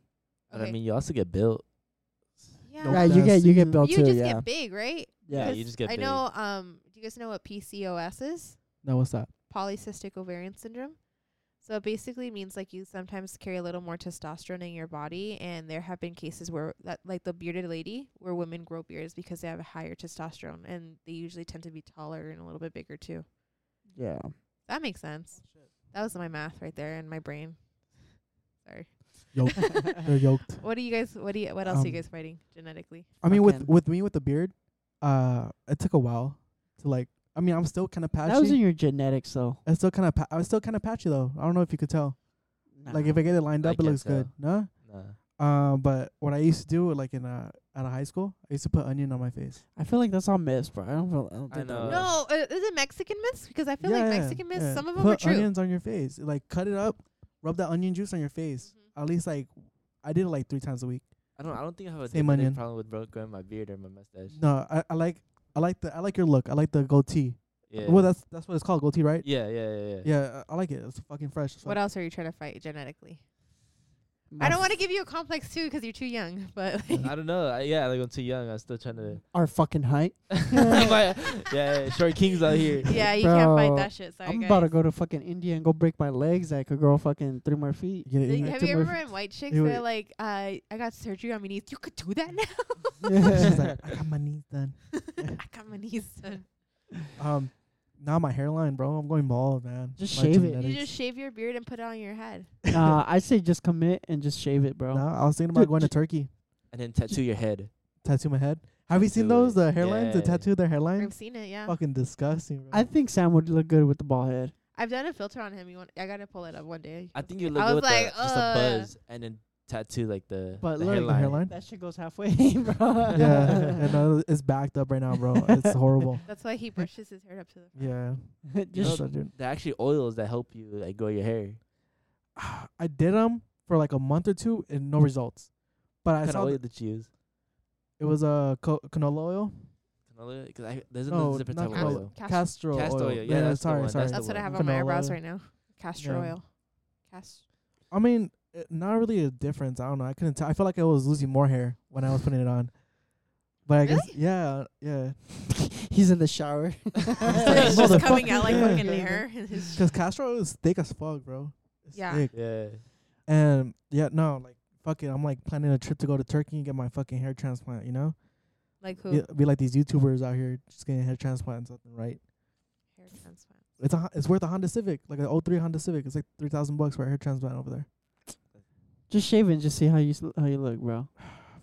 [SPEAKER 3] But I mean, you also get built.
[SPEAKER 4] yeah.
[SPEAKER 1] Nope.
[SPEAKER 2] yeah. You get you
[SPEAKER 1] Audacity.
[SPEAKER 2] get built
[SPEAKER 4] you
[SPEAKER 2] too.
[SPEAKER 4] just
[SPEAKER 2] yeah,
[SPEAKER 4] get big, right?
[SPEAKER 3] Yeah,
[SPEAKER 2] yeah.
[SPEAKER 3] you
[SPEAKER 4] 'Cause
[SPEAKER 3] just get
[SPEAKER 4] I
[SPEAKER 3] big.
[SPEAKER 4] know. Um, do you guys know what PCOS is?
[SPEAKER 1] No, what's that?
[SPEAKER 4] Polycystic ovarian syndrome. So it basically means like you sometimes carry a little more testosterone in your body, and there have been cases where that like the bearded lady, where women grow beards because they have a higher testosterone, and they usually tend to be taller and a little bit bigger too.
[SPEAKER 2] Yeah.
[SPEAKER 4] That makes sense. That was my math right there in my brain. Sorry.
[SPEAKER 1] Yoked. They're yoked.
[SPEAKER 4] What do you guys? What do you? What else are
[SPEAKER 1] Um,
[SPEAKER 4] you guys fighting genetically?
[SPEAKER 1] I mean, with
[SPEAKER 2] Fucking-
[SPEAKER 1] with me with the beard, uh, it took a while to like. I mean, I'm still kind of
[SPEAKER 2] That was in
[SPEAKER 1] patchy.
[SPEAKER 2] your genetics, though.
[SPEAKER 1] I'm still kind of pa- I'm still kind of patchy though. I don't know if you could tell. Like if I get it lined
[SPEAKER 3] I
[SPEAKER 1] up, it
[SPEAKER 3] can't
[SPEAKER 1] looks good. No.
[SPEAKER 3] Nah.
[SPEAKER 1] Um, but what I used to do, like in uh, out of high school, I used to put onion on my face.
[SPEAKER 2] I feel like that's all myths, bro. I don't feel. I don't
[SPEAKER 3] I
[SPEAKER 2] think that
[SPEAKER 3] know.
[SPEAKER 2] works.
[SPEAKER 4] no, uh, is it Mexican myths? Because I feel like Mexican myths,
[SPEAKER 1] yeah.
[SPEAKER 4] some of them
[SPEAKER 1] put
[SPEAKER 4] are true.
[SPEAKER 1] onions on your face. Like cut it up, rub that onion juice on your face.
[SPEAKER 4] Mhm.
[SPEAKER 1] At least like, I did it like three times a week.
[SPEAKER 3] I don't. I don't think I have a
[SPEAKER 1] Same
[SPEAKER 3] genetic
[SPEAKER 1] onion.
[SPEAKER 3] problem with bro- growing my beard or my mustache.
[SPEAKER 1] No, I, I like I like the I like your look. I like the goatee.
[SPEAKER 3] Yeah.
[SPEAKER 1] Well, that's that's what it's called, goatee, right?
[SPEAKER 3] yeah, yeah, yeah, yeah.
[SPEAKER 1] Yeah, I I like it. It's fucking fresh. as
[SPEAKER 4] What
[SPEAKER 1] fuck.
[SPEAKER 4] else are you trying to fight genetically? I don't want to give you a complex too because you're too young, but like,
[SPEAKER 3] I don't know. I, yeah, like I'm too young. I'm still trying to.
[SPEAKER 2] our fucking height.
[SPEAKER 3] My- yeah, yeah, short kings out here.
[SPEAKER 4] yeah, you can't
[SPEAKER 2] Bro,
[SPEAKER 4] find that shit. Sorry,
[SPEAKER 2] I'm
[SPEAKER 4] guys.
[SPEAKER 2] about to go to fucking India and go break my legs. I could grow fucking three more feet.
[SPEAKER 1] You
[SPEAKER 4] Like,
[SPEAKER 1] get
[SPEAKER 4] have
[SPEAKER 2] to
[SPEAKER 4] you ever
[SPEAKER 2] my-
[SPEAKER 4] been white chicks?
[SPEAKER 1] it would-
[SPEAKER 4] They're like, uh, I got surgery on my knees. You could do that now.
[SPEAKER 1] She's like, I got my knees done.
[SPEAKER 4] I got my knees done.
[SPEAKER 1] Um, now my hairline, bro. I'm going bald, man.
[SPEAKER 2] Just
[SPEAKER 1] My
[SPEAKER 2] shave it.
[SPEAKER 1] genetics.
[SPEAKER 4] You just shave your beard and put it on your head.
[SPEAKER 2] nah, I say just commit and just shave it, bro.
[SPEAKER 1] No, I was thinking
[SPEAKER 2] Dude,
[SPEAKER 1] about going to
[SPEAKER 2] just-
[SPEAKER 1] Turkey,
[SPEAKER 3] And then tattoo your head.
[SPEAKER 1] tattoo my head. Have you seen
[SPEAKER 3] Do
[SPEAKER 1] those
[SPEAKER 3] it.
[SPEAKER 1] the hairlines? The
[SPEAKER 3] Yeah.
[SPEAKER 1] tattoo their
[SPEAKER 4] I've
[SPEAKER 1] hairlines.
[SPEAKER 4] seen it. Yeah,
[SPEAKER 1] Fucking disgusting. Bro.
[SPEAKER 2] I think Sam would look good with the bald head.
[SPEAKER 4] I've done a filter on him. You want? I gotta pull it up one day.
[SPEAKER 3] I think you look
[SPEAKER 4] I
[SPEAKER 3] good
[SPEAKER 4] was
[SPEAKER 3] with the-
[SPEAKER 4] like, uh,
[SPEAKER 3] just a
[SPEAKER 4] "Ugh."
[SPEAKER 3] buzz and then tattoo like the,
[SPEAKER 2] But
[SPEAKER 3] the
[SPEAKER 2] look, the
[SPEAKER 3] hairline.
[SPEAKER 1] hairline?
[SPEAKER 2] That shit goes halfway, bro.
[SPEAKER 1] yeah, and uh, it's backed up right now, bro. It's horrible.
[SPEAKER 4] That's why he brushes his hair up to the.
[SPEAKER 1] Yeah,
[SPEAKER 3] You know,
[SPEAKER 2] just
[SPEAKER 1] so, dude.
[SPEAKER 3] They're actually oils that help you like grow your hair.
[SPEAKER 1] I did them for like a month or two and
[SPEAKER 4] Mm.
[SPEAKER 1] no results. But I
[SPEAKER 3] What kind
[SPEAKER 1] saw
[SPEAKER 3] of oil
[SPEAKER 1] th-
[SPEAKER 3] did you use?
[SPEAKER 1] it was a co- canola oil,
[SPEAKER 3] Canola? Because I there's
[SPEAKER 1] No,
[SPEAKER 3] a different
[SPEAKER 1] not
[SPEAKER 3] type of
[SPEAKER 4] canola.
[SPEAKER 3] oil.
[SPEAKER 4] Castor-
[SPEAKER 1] castor oil.
[SPEAKER 3] Castor oil, yeah, that's the
[SPEAKER 1] sorry,
[SPEAKER 3] one,
[SPEAKER 1] sorry.
[SPEAKER 3] the
[SPEAKER 4] That's what I
[SPEAKER 3] one.
[SPEAKER 4] have on my
[SPEAKER 1] Canola
[SPEAKER 4] eyebrows
[SPEAKER 1] oil.
[SPEAKER 4] right now. Castor
[SPEAKER 1] Yeah.
[SPEAKER 4] oil. Castor.
[SPEAKER 1] I mean, uh, not really a difference. I don't know. I couldn't tell. I felt like I was losing more hair when I was putting it on. But I guess yeah, yeah.
[SPEAKER 2] he's in the shower.
[SPEAKER 4] it's just coming
[SPEAKER 1] Motherfucker.
[SPEAKER 4] out like fucking
[SPEAKER 1] Yeah.
[SPEAKER 4] hair. It's
[SPEAKER 1] Cause castor oil is thick as fuck, bro. It's
[SPEAKER 4] Yeah.
[SPEAKER 1] Thick.
[SPEAKER 3] Yeah.
[SPEAKER 1] And yeah, no, like fuck it. I'm like planning a trip to go to Turkey and get my fucking hair transplant. You know,
[SPEAKER 4] like who?
[SPEAKER 1] be, be like these YouTubers out here just getting hair transplant and something, right?
[SPEAKER 4] Hair transplant.
[SPEAKER 1] It's a, Hon- it's worth a Honda Civic, like an 03 Honda Civic. It's like three thousand bucks for a hair transplant over there.
[SPEAKER 2] just shave it and just see how you s how you look, bro.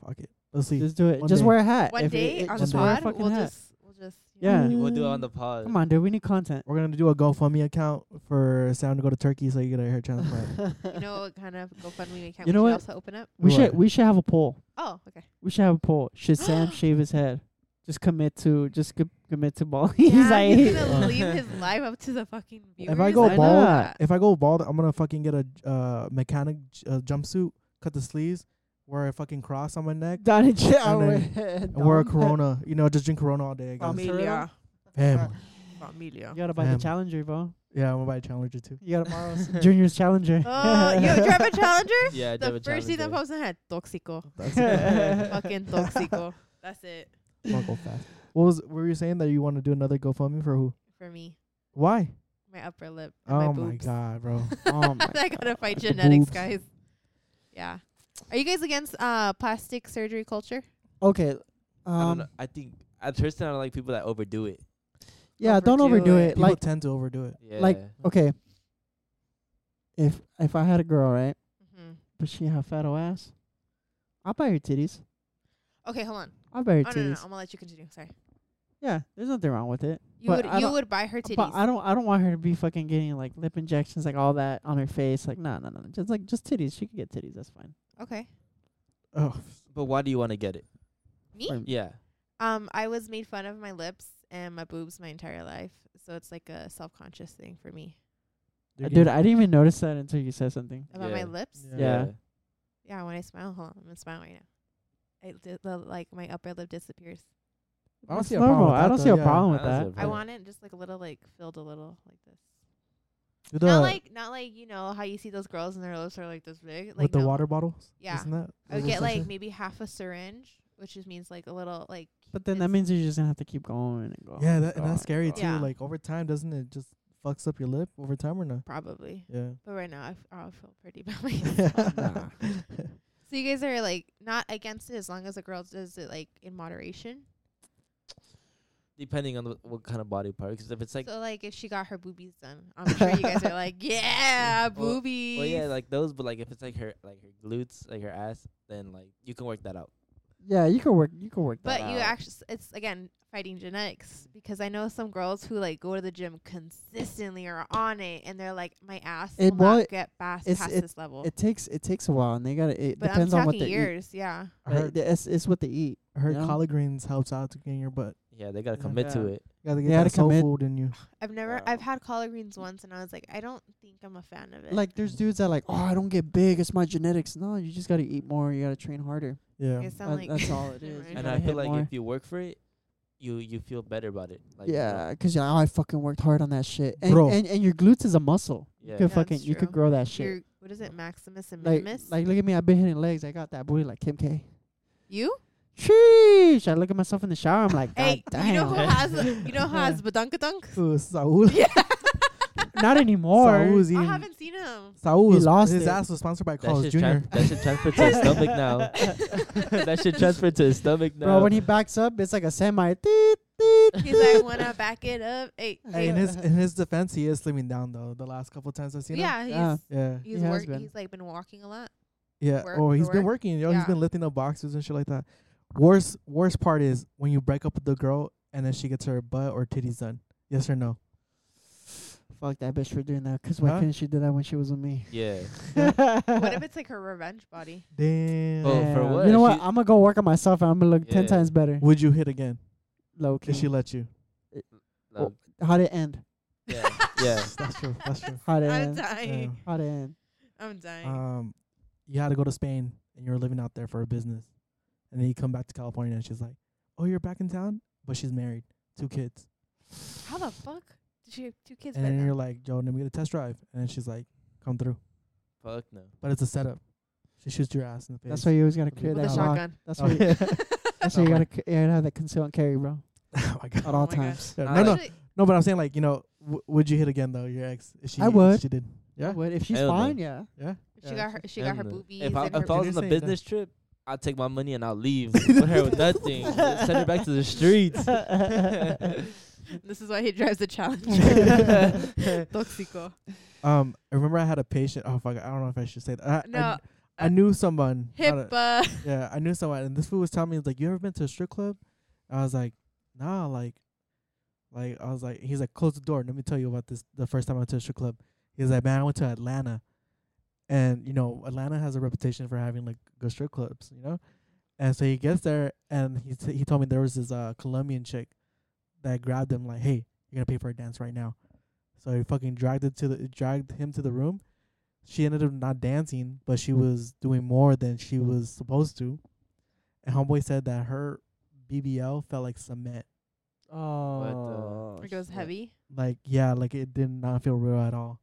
[SPEAKER 1] Fuck it. Let's see.
[SPEAKER 2] Just do it.
[SPEAKER 1] One
[SPEAKER 2] just
[SPEAKER 1] day.
[SPEAKER 2] wear a hat.
[SPEAKER 4] One
[SPEAKER 2] If it-
[SPEAKER 4] day
[SPEAKER 2] it-
[SPEAKER 4] on the
[SPEAKER 2] just wear a
[SPEAKER 4] pod,
[SPEAKER 2] fucking
[SPEAKER 4] we'll
[SPEAKER 2] hat.
[SPEAKER 4] just we'll just
[SPEAKER 2] Yeah.
[SPEAKER 3] You will do it on the pod.
[SPEAKER 2] Come on, dude. We need content.
[SPEAKER 1] We're gonna do a GoFundMe account for Sam to go to Turkey so you get a hair transplant.
[SPEAKER 4] You know what kind of GoFundMe account
[SPEAKER 2] You
[SPEAKER 4] we
[SPEAKER 2] know
[SPEAKER 4] should
[SPEAKER 2] what?
[SPEAKER 4] also open up?
[SPEAKER 2] we should
[SPEAKER 1] What?
[SPEAKER 2] we should have a poll.
[SPEAKER 4] Oh, okay.
[SPEAKER 2] We should have a poll. Should Sam shave his head? Just commit to just co- commit to ball. he's
[SPEAKER 4] yeah,
[SPEAKER 2] like
[SPEAKER 4] he's gonna leave his life up to the fucking viewers.
[SPEAKER 1] if I go
[SPEAKER 2] Why
[SPEAKER 1] bald,
[SPEAKER 2] not?
[SPEAKER 1] if I go bald, I'm gonna fucking get a uh, mechanic j- uh, jumpsuit, cut the sleeves, wear a fucking cross on my neck,
[SPEAKER 2] Donnie J- I
[SPEAKER 1] And
[SPEAKER 2] wear-
[SPEAKER 1] and wear a
[SPEAKER 2] Dom.
[SPEAKER 1] Corona. You know, just drink Corona all day. I guess.
[SPEAKER 2] Um, Familia.
[SPEAKER 1] Fam.
[SPEAKER 2] You
[SPEAKER 4] Familia.
[SPEAKER 2] gotta buy
[SPEAKER 1] Fam.
[SPEAKER 2] the challenger, bro.
[SPEAKER 1] Yeah, I'm gonna buy a Challenger too.
[SPEAKER 2] You gotta borrow s- Junior's challenger.
[SPEAKER 4] Oh, yo, Trevor Challenger?
[SPEAKER 3] Yeah,
[SPEAKER 4] The
[SPEAKER 3] Devin
[SPEAKER 4] first season
[SPEAKER 3] Challenger.
[SPEAKER 4] post had Toxico.
[SPEAKER 1] That's
[SPEAKER 4] fucking Toxico. That's it
[SPEAKER 1] I'll go fast. What was were you saying that you want to do another GoFundMe for who?
[SPEAKER 4] for me.
[SPEAKER 1] Why?
[SPEAKER 4] My upper lip. And my
[SPEAKER 1] Oh my
[SPEAKER 4] boobs.
[SPEAKER 1] god, bro.
[SPEAKER 2] Oh my
[SPEAKER 4] I gotta fight
[SPEAKER 1] The
[SPEAKER 4] genetics,
[SPEAKER 1] boobs.
[SPEAKER 4] guys. Yeah. Are you guys against uh plastic surgery culture?
[SPEAKER 2] Okay.
[SPEAKER 3] I don't know.
[SPEAKER 2] Um.
[SPEAKER 3] I think at first I don't like people that overdo it.
[SPEAKER 2] Yeah. Don't
[SPEAKER 4] Overdo
[SPEAKER 2] overdo
[SPEAKER 4] it.
[SPEAKER 2] it.
[SPEAKER 1] People
[SPEAKER 2] Like
[SPEAKER 1] tend to overdo it.
[SPEAKER 3] Yeah.
[SPEAKER 2] like okay. If if I had a girl, right,
[SPEAKER 4] Mm-hmm.
[SPEAKER 2] but she had fat old ass, I'll buy her titties.
[SPEAKER 4] Okay, hold on.
[SPEAKER 2] I'll buy her
[SPEAKER 4] Oh
[SPEAKER 2] titties.
[SPEAKER 4] no, no, no, I'm gonna let you continue. Sorry.
[SPEAKER 2] Yeah, there's nothing wrong with it.
[SPEAKER 4] You
[SPEAKER 2] But I
[SPEAKER 4] would you
[SPEAKER 2] don't-
[SPEAKER 4] would buy her
[SPEAKER 2] But
[SPEAKER 4] titties.
[SPEAKER 2] I don't I don't want her to be fucking getting like lip injections like all that on her face. Like no no no. no. Just like just titties. She can get titties, that's fine.
[SPEAKER 4] Okay.
[SPEAKER 1] Oh,
[SPEAKER 3] But why do you want to get it?
[SPEAKER 4] Me?
[SPEAKER 2] Or-
[SPEAKER 3] Yeah.
[SPEAKER 4] Um, I was made fun of my lips and my boobs my entire life, so it's like a self-conscious thing for me
[SPEAKER 1] they're
[SPEAKER 2] Uh, Dude,
[SPEAKER 1] getting-
[SPEAKER 2] I didn't even notice that until you said something.
[SPEAKER 4] about
[SPEAKER 3] Yeah.
[SPEAKER 4] my lips.
[SPEAKER 1] Yeah.
[SPEAKER 2] Yeah.
[SPEAKER 4] Yeah. when I smile, hold on, I'm gonna smile right now. I d- the, like my upper lip disappears.
[SPEAKER 1] I don't
[SPEAKER 2] It's
[SPEAKER 1] see a problem
[SPEAKER 2] normal.
[SPEAKER 1] with that,
[SPEAKER 2] I don't
[SPEAKER 1] though,
[SPEAKER 2] see a
[SPEAKER 1] yeah.
[SPEAKER 2] problem with
[SPEAKER 3] I don't
[SPEAKER 2] that.
[SPEAKER 3] see a
[SPEAKER 4] I
[SPEAKER 3] Right.
[SPEAKER 4] want it just like a little like filled a little like this.
[SPEAKER 1] Do
[SPEAKER 4] not
[SPEAKER 1] the-
[SPEAKER 4] like not like you know how you see those girls and their lips are like this big. Like
[SPEAKER 1] with the
[SPEAKER 4] no.
[SPEAKER 1] water bottles.
[SPEAKER 4] Yeah.
[SPEAKER 1] Isn't that?
[SPEAKER 4] I would
[SPEAKER 1] is
[SPEAKER 4] get
[SPEAKER 1] that
[SPEAKER 4] like
[SPEAKER 1] it?
[SPEAKER 4] maybe half a syringe, which just means like a little like.
[SPEAKER 2] But then that
[SPEAKER 4] it's-
[SPEAKER 2] means you're just gonna have to keep going and going.
[SPEAKER 1] Yeah, that,
[SPEAKER 2] and
[SPEAKER 1] and that's
[SPEAKER 2] going
[SPEAKER 1] scary
[SPEAKER 2] and
[SPEAKER 1] too.
[SPEAKER 4] Yeah.
[SPEAKER 1] Like over time, doesn't it just fucks up your lip over time or not?
[SPEAKER 4] probably.
[SPEAKER 1] Yeah.
[SPEAKER 4] But right now I, f- I feel pretty about myself.
[SPEAKER 2] Nah.
[SPEAKER 4] So you guys are like not against it as long as the girl does it like in moderation.
[SPEAKER 3] Depending on the, what kind of body part. 'Cause if it's like,
[SPEAKER 4] so like if she got her boobies done, I'm sure you guys are like, yeah,
[SPEAKER 3] Well-
[SPEAKER 4] boobies.
[SPEAKER 3] well, yeah, like those. But like if it's like her, like her glutes, like her ass, then like you can work that out.
[SPEAKER 2] Yeah, you can work you can work that
[SPEAKER 4] but you
[SPEAKER 2] out.
[SPEAKER 4] actually, it's again fighting genetics because I know some girls who like go to the gym consistently or are on it, and they're like, my ass
[SPEAKER 2] It
[SPEAKER 4] will
[SPEAKER 2] won't-
[SPEAKER 4] not get past,
[SPEAKER 2] it's-
[SPEAKER 4] past
[SPEAKER 2] it-
[SPEAKER 4] this level.
[SPEAKER 2] it takes it takes a while and they gotta it
[SPEAKER 4] but I'm
[SPEAKER 2] depends
[SPEAKER 4] talking
[SPEAKER 2] on what e they eat.
[SPEAKER 4] years, yeah.
[SPEAKER 1] I
[SPEAKER 2] But
[SPEAKER 1] heard,
[SPEAKER 2] it- it's it's what they eat.
[SPEAKER 1] I heard
[SPEAKER 2] Yeah.
[SPEAKER 1] collard greens helps out to get your butt.
[SPEAKER 3] Yeah, they gotta
[SPEAKER 1] Yeah.
[SPEAKER 3] commit to
[SPEAKER 2] Yeah.
[SPEAKER 3] it.
[SPEAKER 1] You gotta get
[SPEAKER 2] They gotta
[SPEAKER 1] that soul
[SPEAKER 2] commit.
[SPEAKER 1] food in you.
[SPEAKER 4] I've never, I've
[SPEAKER 3] Wow.
[SPEAKER 4] had collard greens once, and I was like, I don't think I'm a fan of it.
[SPEAKER 2] Like there's dudes that like, Oh, I don't get big, it's my genetics. No, you just gotta eat more, you gotta train harder.
[SPEAKER 1] Yeah.
[SPEAKER 4] I sound
[SPEAKER 2] that-
[SPEAKER 4] like
[SPEAKER 2] that's all it is.
[SPEAKER 4] Never
[SPEAKER 2] You
[SPEAKER 4] mind.
[SPEAKER 3] And
[SPEAKER 2] gotta
[SPEAKER 3] I feel
[SPEAKER 2] hit
[SPEAKER 3] like
[SPEAKER 2] more.
[SPEAKER 3] if you work for it, you you feel better about it. Like, you know,
[SPEAKER 2] Yeah, 'cause yeah, oh, I fucking worked hard on that shit. And
[SPEAKER 1] Bro.
[SPEAKER 2] and, and your glutes is a muscle. You
[SPEAKER 3] Yeah.
[SPEAKER 2] could
[SPEAKER 4] Yeah,
[SPEAKER 2] fucking
[SPEAKER 4] that's
[SPEAKER 2] you could
[SPEAKER 4] true.
[SPEAKER 2] grow that shit.
[SPEAKER 4] your What is it, Maximus and
[SPEAKER 2] Like,
[SPEAKER 4] Minimus?
[SPEAKER 2] like look at me. I've been hitting legs. I got that booty like Kim K.
[SPEAKER 4] you?
[SPEAKER 2] Sheesh. I look at myself in the shower. I'm like, God
[SPEAKER 4] Hey,
[SPEAKER 2] damn.
[SPEAKER 4] you know who has you know who has badunkadunk?
[SPEAKER 1] Ooh, Saul.
[SPEAKER 4] Yeah,
[SPEAKER 2] Not
[SPEAKER 1] Saul
[SPEAKER 2] anymore.
[SPEAKER 1] was
[SPEAKER 4] I
[SPEAKER 1] eating.
[SPEAKER 4] haven't seen him.
[SPEAKER 1] Saul
[SPEAKER 2] He
[SPEAKER 1] was
[SPEAKER 2] lost
[SPEAKER 1] his
[SPEAKER 2] it.
[SPEAKER 1] ass was sponsored by
[SPEAKER 3] That
[SPEAKER 1] Carl's
[SPEAKER 3] should,
[SPEAKER 1] Jr.
[SPEAKER 3] tran that should transfer to his stomach now. that should transfer to his stomach now.
[SPEAKER 2] Bro, when he backs up, it's like a semi. Deet, deet.
[SPEAKER 4] He's like, when I back it up, hey,
[SPEAKER 1] Hey,
[SPEAKER 4] hey.
[SPEAKER 1] in his in his defense, he is slimming down though. The last couple times I've seen
[SPEAKER 4] yeah, he's
[SPEAKER 2] Yeah.
[SPEAKER 1] him. Yeah.
[SPEAKER 4] he's
[SPEAKER 2] He has
[SPEAKER 4] work,
[SPEAKER 2] been.
[SPEAKER 4] he's like been walking a lot.
[SPEAKER 1] Yeah.
[SPEAKER 4] Work-
[SPEAKER 1] oh,
[SPEAKER 4] for
[SPEAKER 1] he's been
[SPEAKER 4] work?
[SPEAKER 1] working. Yo,
[SPEAKER 4] Yeah.
[SPEAKER 1] he's been lifting up boxes and shit like that. Worst worst part is when you break up with the girl and then she gets her butt or titties done. Yes or no?
[SPEAKER 2] Fuck that bitch for doing that. 'Cause why
[SPEAKER 1] Huh?
[SPEAKER 2] couldn't she do that when she was with me?
[SPEAKER 3] yeah.
[SPEAKER 4] what if it's like her revenge body?
[SPEAKER 1] Damn.
[SPEAKER 3] Oh, for
[SPEAKER 2] Damn.
[SPEAKER 3] what?
[SPEAKER 2] You know what?
[SPEAKER 3] She-
[SPEAKER 2] I'm gonna go work on myself and I'm gonna look ten
[SPEAKER 3] Yeah.
[SPEAKER 2] times better.
[SPEAKER 1] Would you hit again?
[SPEAKER 2] Low key.
[SPEAKER 1] Did she let you?
[SPEAKER 3] No,
[SPEAKER 2] Oh. How'd it end?
[SPEAKER 3] Yeah. Yeah.
[SPEAKER 1] That's true. That's true.
[SPEAKER 2] How'd it
[SPEAKER 4] I'm
[SPEAKER 2] end?
[SPEAKER 1] Yeah.
[SPEAKER 4] dying.
[SPEAKER 2] How'd it end?
[SPEAKER 4] I'm dying.
[SPEAKER 1] Um, you had to go to Spain and you were living out there for a business, and then you come back to California and she's like, "Oh, you're back in town," but she's married, two kids,
[SPEAKER 4] How the fuck did she have two kids?
[SPEAKER 1] and
[SPEAKER 4] by
[SPEAKER 1] then
[SPEAKER 4] then?
[SPEAKER 1] you're like, "Yo, let me get a test drive," and then she's like, "Come through,"
[SPEAKER 3] Fuck no.
[SPEAKER 1] but it's a setup. She shoots your ass in the face.
[SPEAKER 2] That's why you always gotta clear
[SPEAKER 4] with a
[SPEAKER 2] that lock.
[SPEAKER 4] shotgun.
[SPEAKER 2] That's
[SPEAKER 1] Oh,
[SPEAKER 2] why.
[SPEAKER 1] yeah.
[SPEAKER 2] That's why
[SPEAKER 1] Oh
[SPEAKER 2] you
[SPEAKER 1] my-
[SPEAKER 2] gotta. c- You gotta have that conceal and carry, bro,
[SPEAKER 1] oh my god.
[SPEAKER 2] at all
[SPEAKER 4] my God.
[SPEAKER 2] times.
[SPEAKER 1] Yeah, no,
[SPEAKER 3] Nah, like-
[SPEAKER 1] no,
[SPEAKER 4] Actually,
[SPEAKER 1] no. But I'm saying like, you know, w- would you hit again though your ex? If she,
[SPEAKER 2] I would.
[SPEAKER 1] She did. Yeah.
[SPEAKER 2] I would if she's
[SPEAKER 3] Hell no.
[SPEAKER 2] fine. Yeah.
[SPEAKER 1] Yeah.
[SPEAKER 4] if She got her. She got
[SPEAKER 3] Hell
[SPEAKER 4] her
[SPEAKER 3] no.
[SPEAKER 4] boobies.
[SPEAKER 3] If I,
[SPEAKER 4] and her
[SPEAKER 3] if I
[SPEAKER 1] You're
[SPEAKER 3] was on a
[SPEAKER 1] saying that.
[SPEAKER 3] business trip, I'd take my money and I'll leave with her with nothing. Send her back to the streets.
[SPEAKER 4] This is why he drives the challenge. Toxico.
[SPEAKER 1] Um, I remember I had a patient. Oh fuck, I don't know if I should say that. I, I-
[SPEAKER 4] No. uh,
[SPEAKER 1] I, knew someone. not a-
[SPEAKER 4] HIPAA.
[SPEAKER 1] Yeah, I knew someone, and this fool was telling me like, "You ever been to a strip club?" I was like, "Nah." Like, like I was like, he's like, "Close the door." Let me tell you about this. The first time I went to a strip club, he was like, "Man, I went to Atlanta, and you know, Atlanta has a reputation for having like good strip clubs, you know." And so he gets there, and he t- he told me there was this uh Colombian chick that grabbed him like, "Hey, you're gonna pay for a dance right now." So he fucking dragged it to the dragged him to the room, she ended up not dancing, but she was doing more than she was supposed to. And homeboy said that her BBL felt like cement.
[SPEAKER 3] uh,
[SPEAKER 2] Oh.
[SPEAKER 4] It goes heavy.
[SPEAKER 1] Like yeah, like it did not feel real at all.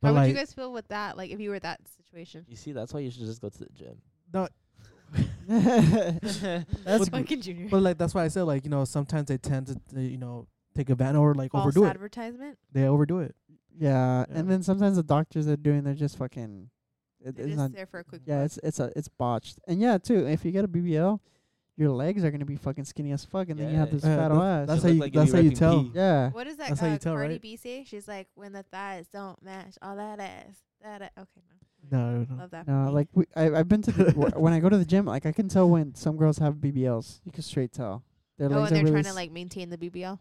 [SPEAKER 4] How
[SPEAKER 1] But
[SPEAKER 4] would
[SPEAKER 1] like
[SPEAKER 4] you guys feel with that? Like if you were that situation.
[SPEAKER 3] You see, that's why you should just go to the gym.
[SPEAKER 1] no,
[SPEAKER 2] That's gr-
[SPEAKER 4] Fucking junior.
[SPEAKER 1] but like that's why I said like you know sometimes they tend to, to you know take advantage or like
[SPEAKER 4] False
[SPEAKER 1] overdo it.
[SPEAKER 4] advertisement.
[SPEAKER 1] They overdo it.
[SPEAKER 2] yeah.
[SPEAKER 1] Yeah.
[SPEAKER 2] And then sometimes the doctors are doing. They're just fucking. It,
[SPEAKER 4] They're
[SPEAKER 2] it's
[SPEAKER 4] just
[SPEAKER 2] not.
[SPEAKER 4] there for a quick.
[SPEAKER 2] Yeah.
[SPEAKER 4] buck.
[SPEAKER 2] It's it's a it's botched. And yeah, too. If you get a BBL, your legs are gonna be fucking skinny as fuck, and then you have
[SPEAKER 3] Yeah.
[SPEAKER 2] this
[SPEAKER 1] Yeah,
[SPEAKER 2] fat
[SPEAKER 1] that-
[SPEAKER 2] ass.
[SPEAKER 1] That's
[SPEAKER 3] Should
[SPEAKER 1] how
[SPEAKER 3] look
[SPEAKER 1] you-
[SPEAKER 3] like
[SPEAKER 1] that's how you
[SPEAKER 3] erecting
[SPEAKER 1] tell.
[SPEAKER 3] pee.
[SPEAKER 2] yeah.
[SPEAKER 4] What does that
[SPEAKER 1] That's
[SPEAKER 4] uh,
[SPEAKER 1] how you tell,
[SPEAKER 4] Cardi
[SPEAKER 1] right?
[SPEAKER 4] B say? She's like, when the thighs don't match all that ass, that a- okay, no,
[SPEAKER 1] No, no, no.
[SPEAKER 4] love that. for
[SPEAKER 2] No,
[SPEAKER 4] me.
[SPEAKER 2] like we, I, I've been to the, wh- when I go to the gym, like I can tell when some girls have BBLs. You can straight tell. Their
[SPEAKER 4] oh,
[SPEAKER 2] legs
[SPEAKER 4] and
[SPEAKER 2] are
[SPEAKER 4] they're
[SPEAKER 2] really
[SPEAKER 4] trying to
[SPEAKER 2] s-
[SPEAKER 4] like maintain the BBL.
[SPEAKER 2] yeah,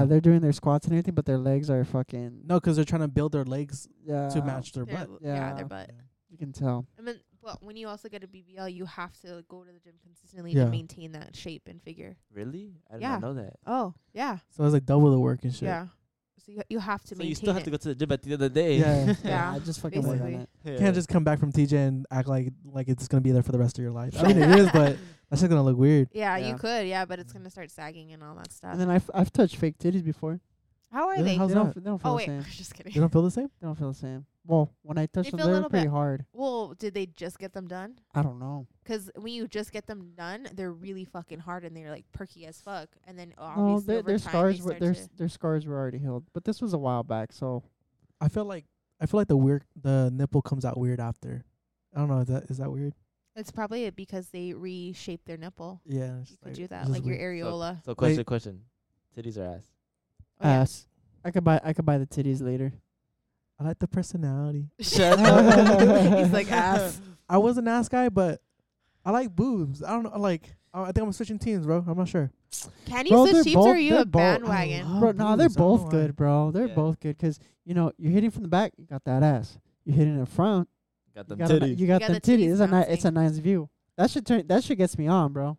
[SPEAKER 1] Yeah.
[SPEAKER 2] they're doing their squats and everything, but their legs are fucking
[SPEAKER 1] No, because they're trying to build their legs
[SPEAKER 2] yeah
[SPEAKER 1] to match their
[SPEAKER 4] Their
[SPEAKER 1] butt.
[SPEAKER 4] l- yeah,
[SPEAKER 2] Yeah.
[SPEAKER 4] their butt.
[SPEAKER 2] You can tell.
[SPEAKER 4] I mean, but when you also get a BBL, you have to go to the gym consistently
[SPEAKER 1] Yeah.
[SPEAKER 4] to maintain that shape and figure.
[SPEAKER 3] Really? I did
[SPEAKER 4] Yeah.
[SPEAKER 3] not know that.
[SPEAKER 4] Oh, yeah,
[SPEAKER 1] So it's like double the work and shit.
[SPEAKER 4] yeah. So you you have to
[SPEAKER 3] So
[SPEAKER 4] maintain
[SPEAKER 3] you still have
[SPEAKER 4] it.
[SPEAKER 3] to go to the gym at the end of the day.
[SPEAKER 1] Yeah.
[SPEAKER 4] Yeah,
[SPEAKER 2] I just fucking work on
[SPEAKER 4] basically.
[SPEAKER 2] it.
[SPEAKER 1] You can't just come back from TJ and act like like it's gonna be there for the rest of your life. I mean it is, but that's just gonna look weird.
[SPEAKER 4] yeah,
[SPEAKER 2] Yeah.
[SPEAKER 4] you could, yeah, but it's gonna start sagging and all that stuff.
[SPEAKER 2] And then I've I've touched fake titties before.
[SPEAKER 4] How are
[SPEAKER 1] Yeah,
[SPEAKER 4] they?
[SPEAKER 1] how's
[SPEAKER 2] They don't,
[SPEAKER 1] that?
[SPEAKER 2] f- they don't feel
[SPEAKER 4] oh
[SPEAKER 2] the
[SPEAKER 4] wait,
[SPEAKER 2] same.
[SPEAKER 4] just kidding.
[SPEAKER 1] You don't feel the same?
[SPEAKER 2] They don't feel the same. Well, when I touched
[SPEAKER 4] feel a
[SPEAKER 2] them, they were
[SPEAKER 4] little
[SPEAKER 2] pretty
[SPEAKER 4] bit-
[SPEAKER 2] hard.
[SPEAKER 4] Well, did they just get them done?
[SPEAKER 2] I don't know.
[SPEAKER 4] 'Cause when you just get them done, they're really fucking hard and they're like perky as fuck. And then
[SPEAKER 2] no,
[SPEAKER 4] obviously
[SPEAKER 2] their,
[SPEAKER 4] over
[SPEAKER 2] their
[SPEAKER 4] time,
[SPEAKER 2] scars
[SPEAKER 4] they
[SPEAKER 2] were
[SPEAKER 4] start
[SPEAKER 2] their
[SPEAKER 4] to-
[SPEAKER 2] s- their scars were already healed, but this was a while back, so
[SPEAKER 1] I feel like I feel like the weird the nipple comes out weird after. I don't know. Is that is that weird?
[SPEAKER 4] It's probably because they reshape their nipple.
[SPEAKER 1] Yeah, it's
[SPEAKER 4] You could
[SPEAKER 1] like-
[SPEAKER 4] do
[SPEAKER 1] it's
[SPEAKER 4] that,
[SPEAKER 1] just
[SPEAKER 4] like your
[SPEAKER 1] weird.
[SPEAKER 4] areola.
[SPEAKER 3] So question, question. Titties or ass?
[SPEAKER 4] Oh, yeah.
[SPEAKER 2] ass. I could buy I could buy the titties later.
[SPEAKER 1] I like the personality.
[SPEAKER 3] Shut
[SPEAKER 2] up.
[SPEAKER 4] He's like ass.
[SPEAKER 1] I was an ass guy, but I like boobs. I don't know. Like I I think I'm switching teams, bro. I'm not sure.
[SPEAKER 4] Can you
[SPEAKER 2] Bro, they're
[SPEAKER 4] switch teams or
[SPEAKER 2] both-
[SPEAKER 4] are you
[SPEAKER 2] they're
[SPEAKER 4] a
[SPEAKER 2] both- I
[SPEAKER 4] bandwagon?
[SPEAKER 1] Oh,
[SPEAKER 2] bro, no, they're
[SPEAKER 1] boobs, I don't know
[SPEAKER 2] both
[SPEAKER 1] why.
[SPEAKER 2] good, bro. They're
[SPEAKER 3] Yeah.
[SPEAKER 2] both good 'cause you know you're hitting from the back, you got that ass. You hit it in front,
[SPEAKER 3] Got
[SPEAKER 2] you
[SPEAKER 3] them
[SPEAKER 2] got, a, ni-
[SPEAKER 3] titties.
[SPEAKER 2] you got
[SPEAKER 4] got
[SPEAKER 2] them
[SPEAKER 4] the
[SPEAKER 2] titties.
[SPEAKER 4] titties
[SPEAKER 2] It's a nice, it's a nice view. That should turn. That shit gets me on, bro.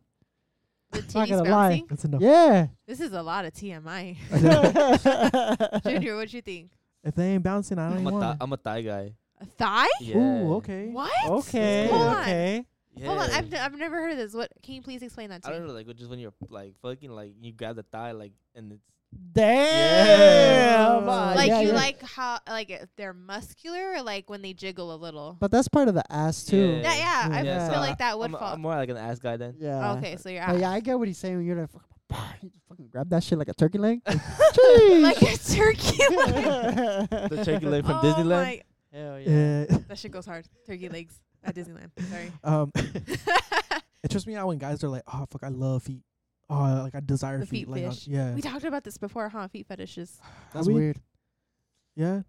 [SPEAKER 4] The
[SPEAKER 2] not
[SPEAKER 4] titties
[SPEAKER 2] gonna lie.
[SPEAKER 4] bouncing?
[SPEAKER 1] That's enough.
[SPEAKER 2] Yeah.
[SPEAKER 4] This is a lot of TMI.
[SPEAKER 2] Junior.
[SPEAKER 4] Junior, what you think?
[SPEAKER 1] If they ain't bouncing, I don't
[SPEAKER 3] I'm a,
[SPEAKER 1] even
[SPEAKER 3] thigh,
[SPEAKER 1] want.
[SPEAKER 3] I'm a thigh guy.
[SPEAKER 4] A thigh?
[SPEAKER 3] Yeah.
[SPEAKER 1] Ooh, okay.
[SPEAKER 4] What?
[SPEAKER 2] Okay.
[SPEAKER 4] Hold on.
[SPEAKER 2] Okay.
[SPEAKER 3] Yeah.
[SPEAKER 4] Hold on, I've, n- I've never heard of this. What? Can you please explain that
[SPEAKER 3] I
[SPEAKER 4] to
[SPEAKER 3] don't
[SPEAKER 4] me?
[SPEAKER 3] know, like just when you're like fucking, like you grab the thigh, like and it's
[SPEAKER 2] Damn. Ah,
[SPEAKER 4] like
[SPEAKER 2] yeah,
[SPEAKER 4] you
[SPEAKER 2] yeah.
[SPEAKER 4] like how like if they're muscular or like when they jiggle a little.
[SPEAKER 2] But that's part of the ass too.
[SPEAKER 4] That- yeah, I
[SPEAKER 2] Yeah.
[SPEAKER 4] feel
[SPEAKER 2] So
[SPEAKER 4] like that would
[SPEAKER 3] I'm,
[SPEAKER 4] fall.
[SPEAKER 3] I'm more like an ass guy then.
[SPEAKER 2] Yeah.
[SPEAKER 4] okay, so you're
[SPEAKER 2] But yeah,
[SPEAKER 4] out.
[SPEAKER 2] I get what he's saying. When you're like, fucking, you just fucking grab that shit like a turkey leg.
[SPEAKER 4] like a turkey leg.
[SPEAKER 2] the
[SPEAKER 3] The turkey leg from
[SPEAKER 4] Oh
[SPEAKER 3] Disneyland.
[SPEAKER 4] my-
[SPEAKER 2] Hell yeah.
[SPEAKER 1] Yeah.
[SPEAKER 4] that shit goes hard. Turkey legs at Disneyland. Sorry.
[SPEAKER 1] Um, it trips me out when guys are like, "Oh fuck, I love feet. Oh, like I desire
[SPEAKER 4] The
[SPEAKER 1] feet.
[SPEAKER 4] feet
[SPEAKER 1] like, uh,
[SPEAKER 4] fish.
[SPEAKER 1] yeah,
[SPEAKER 4] we talked about this before, huh? Feet fetishes.
[SPEAKER 2] That's
[SPEAKER 1] we-
[SPEAKER 2] weird.
[SPEAKER 1] yeah.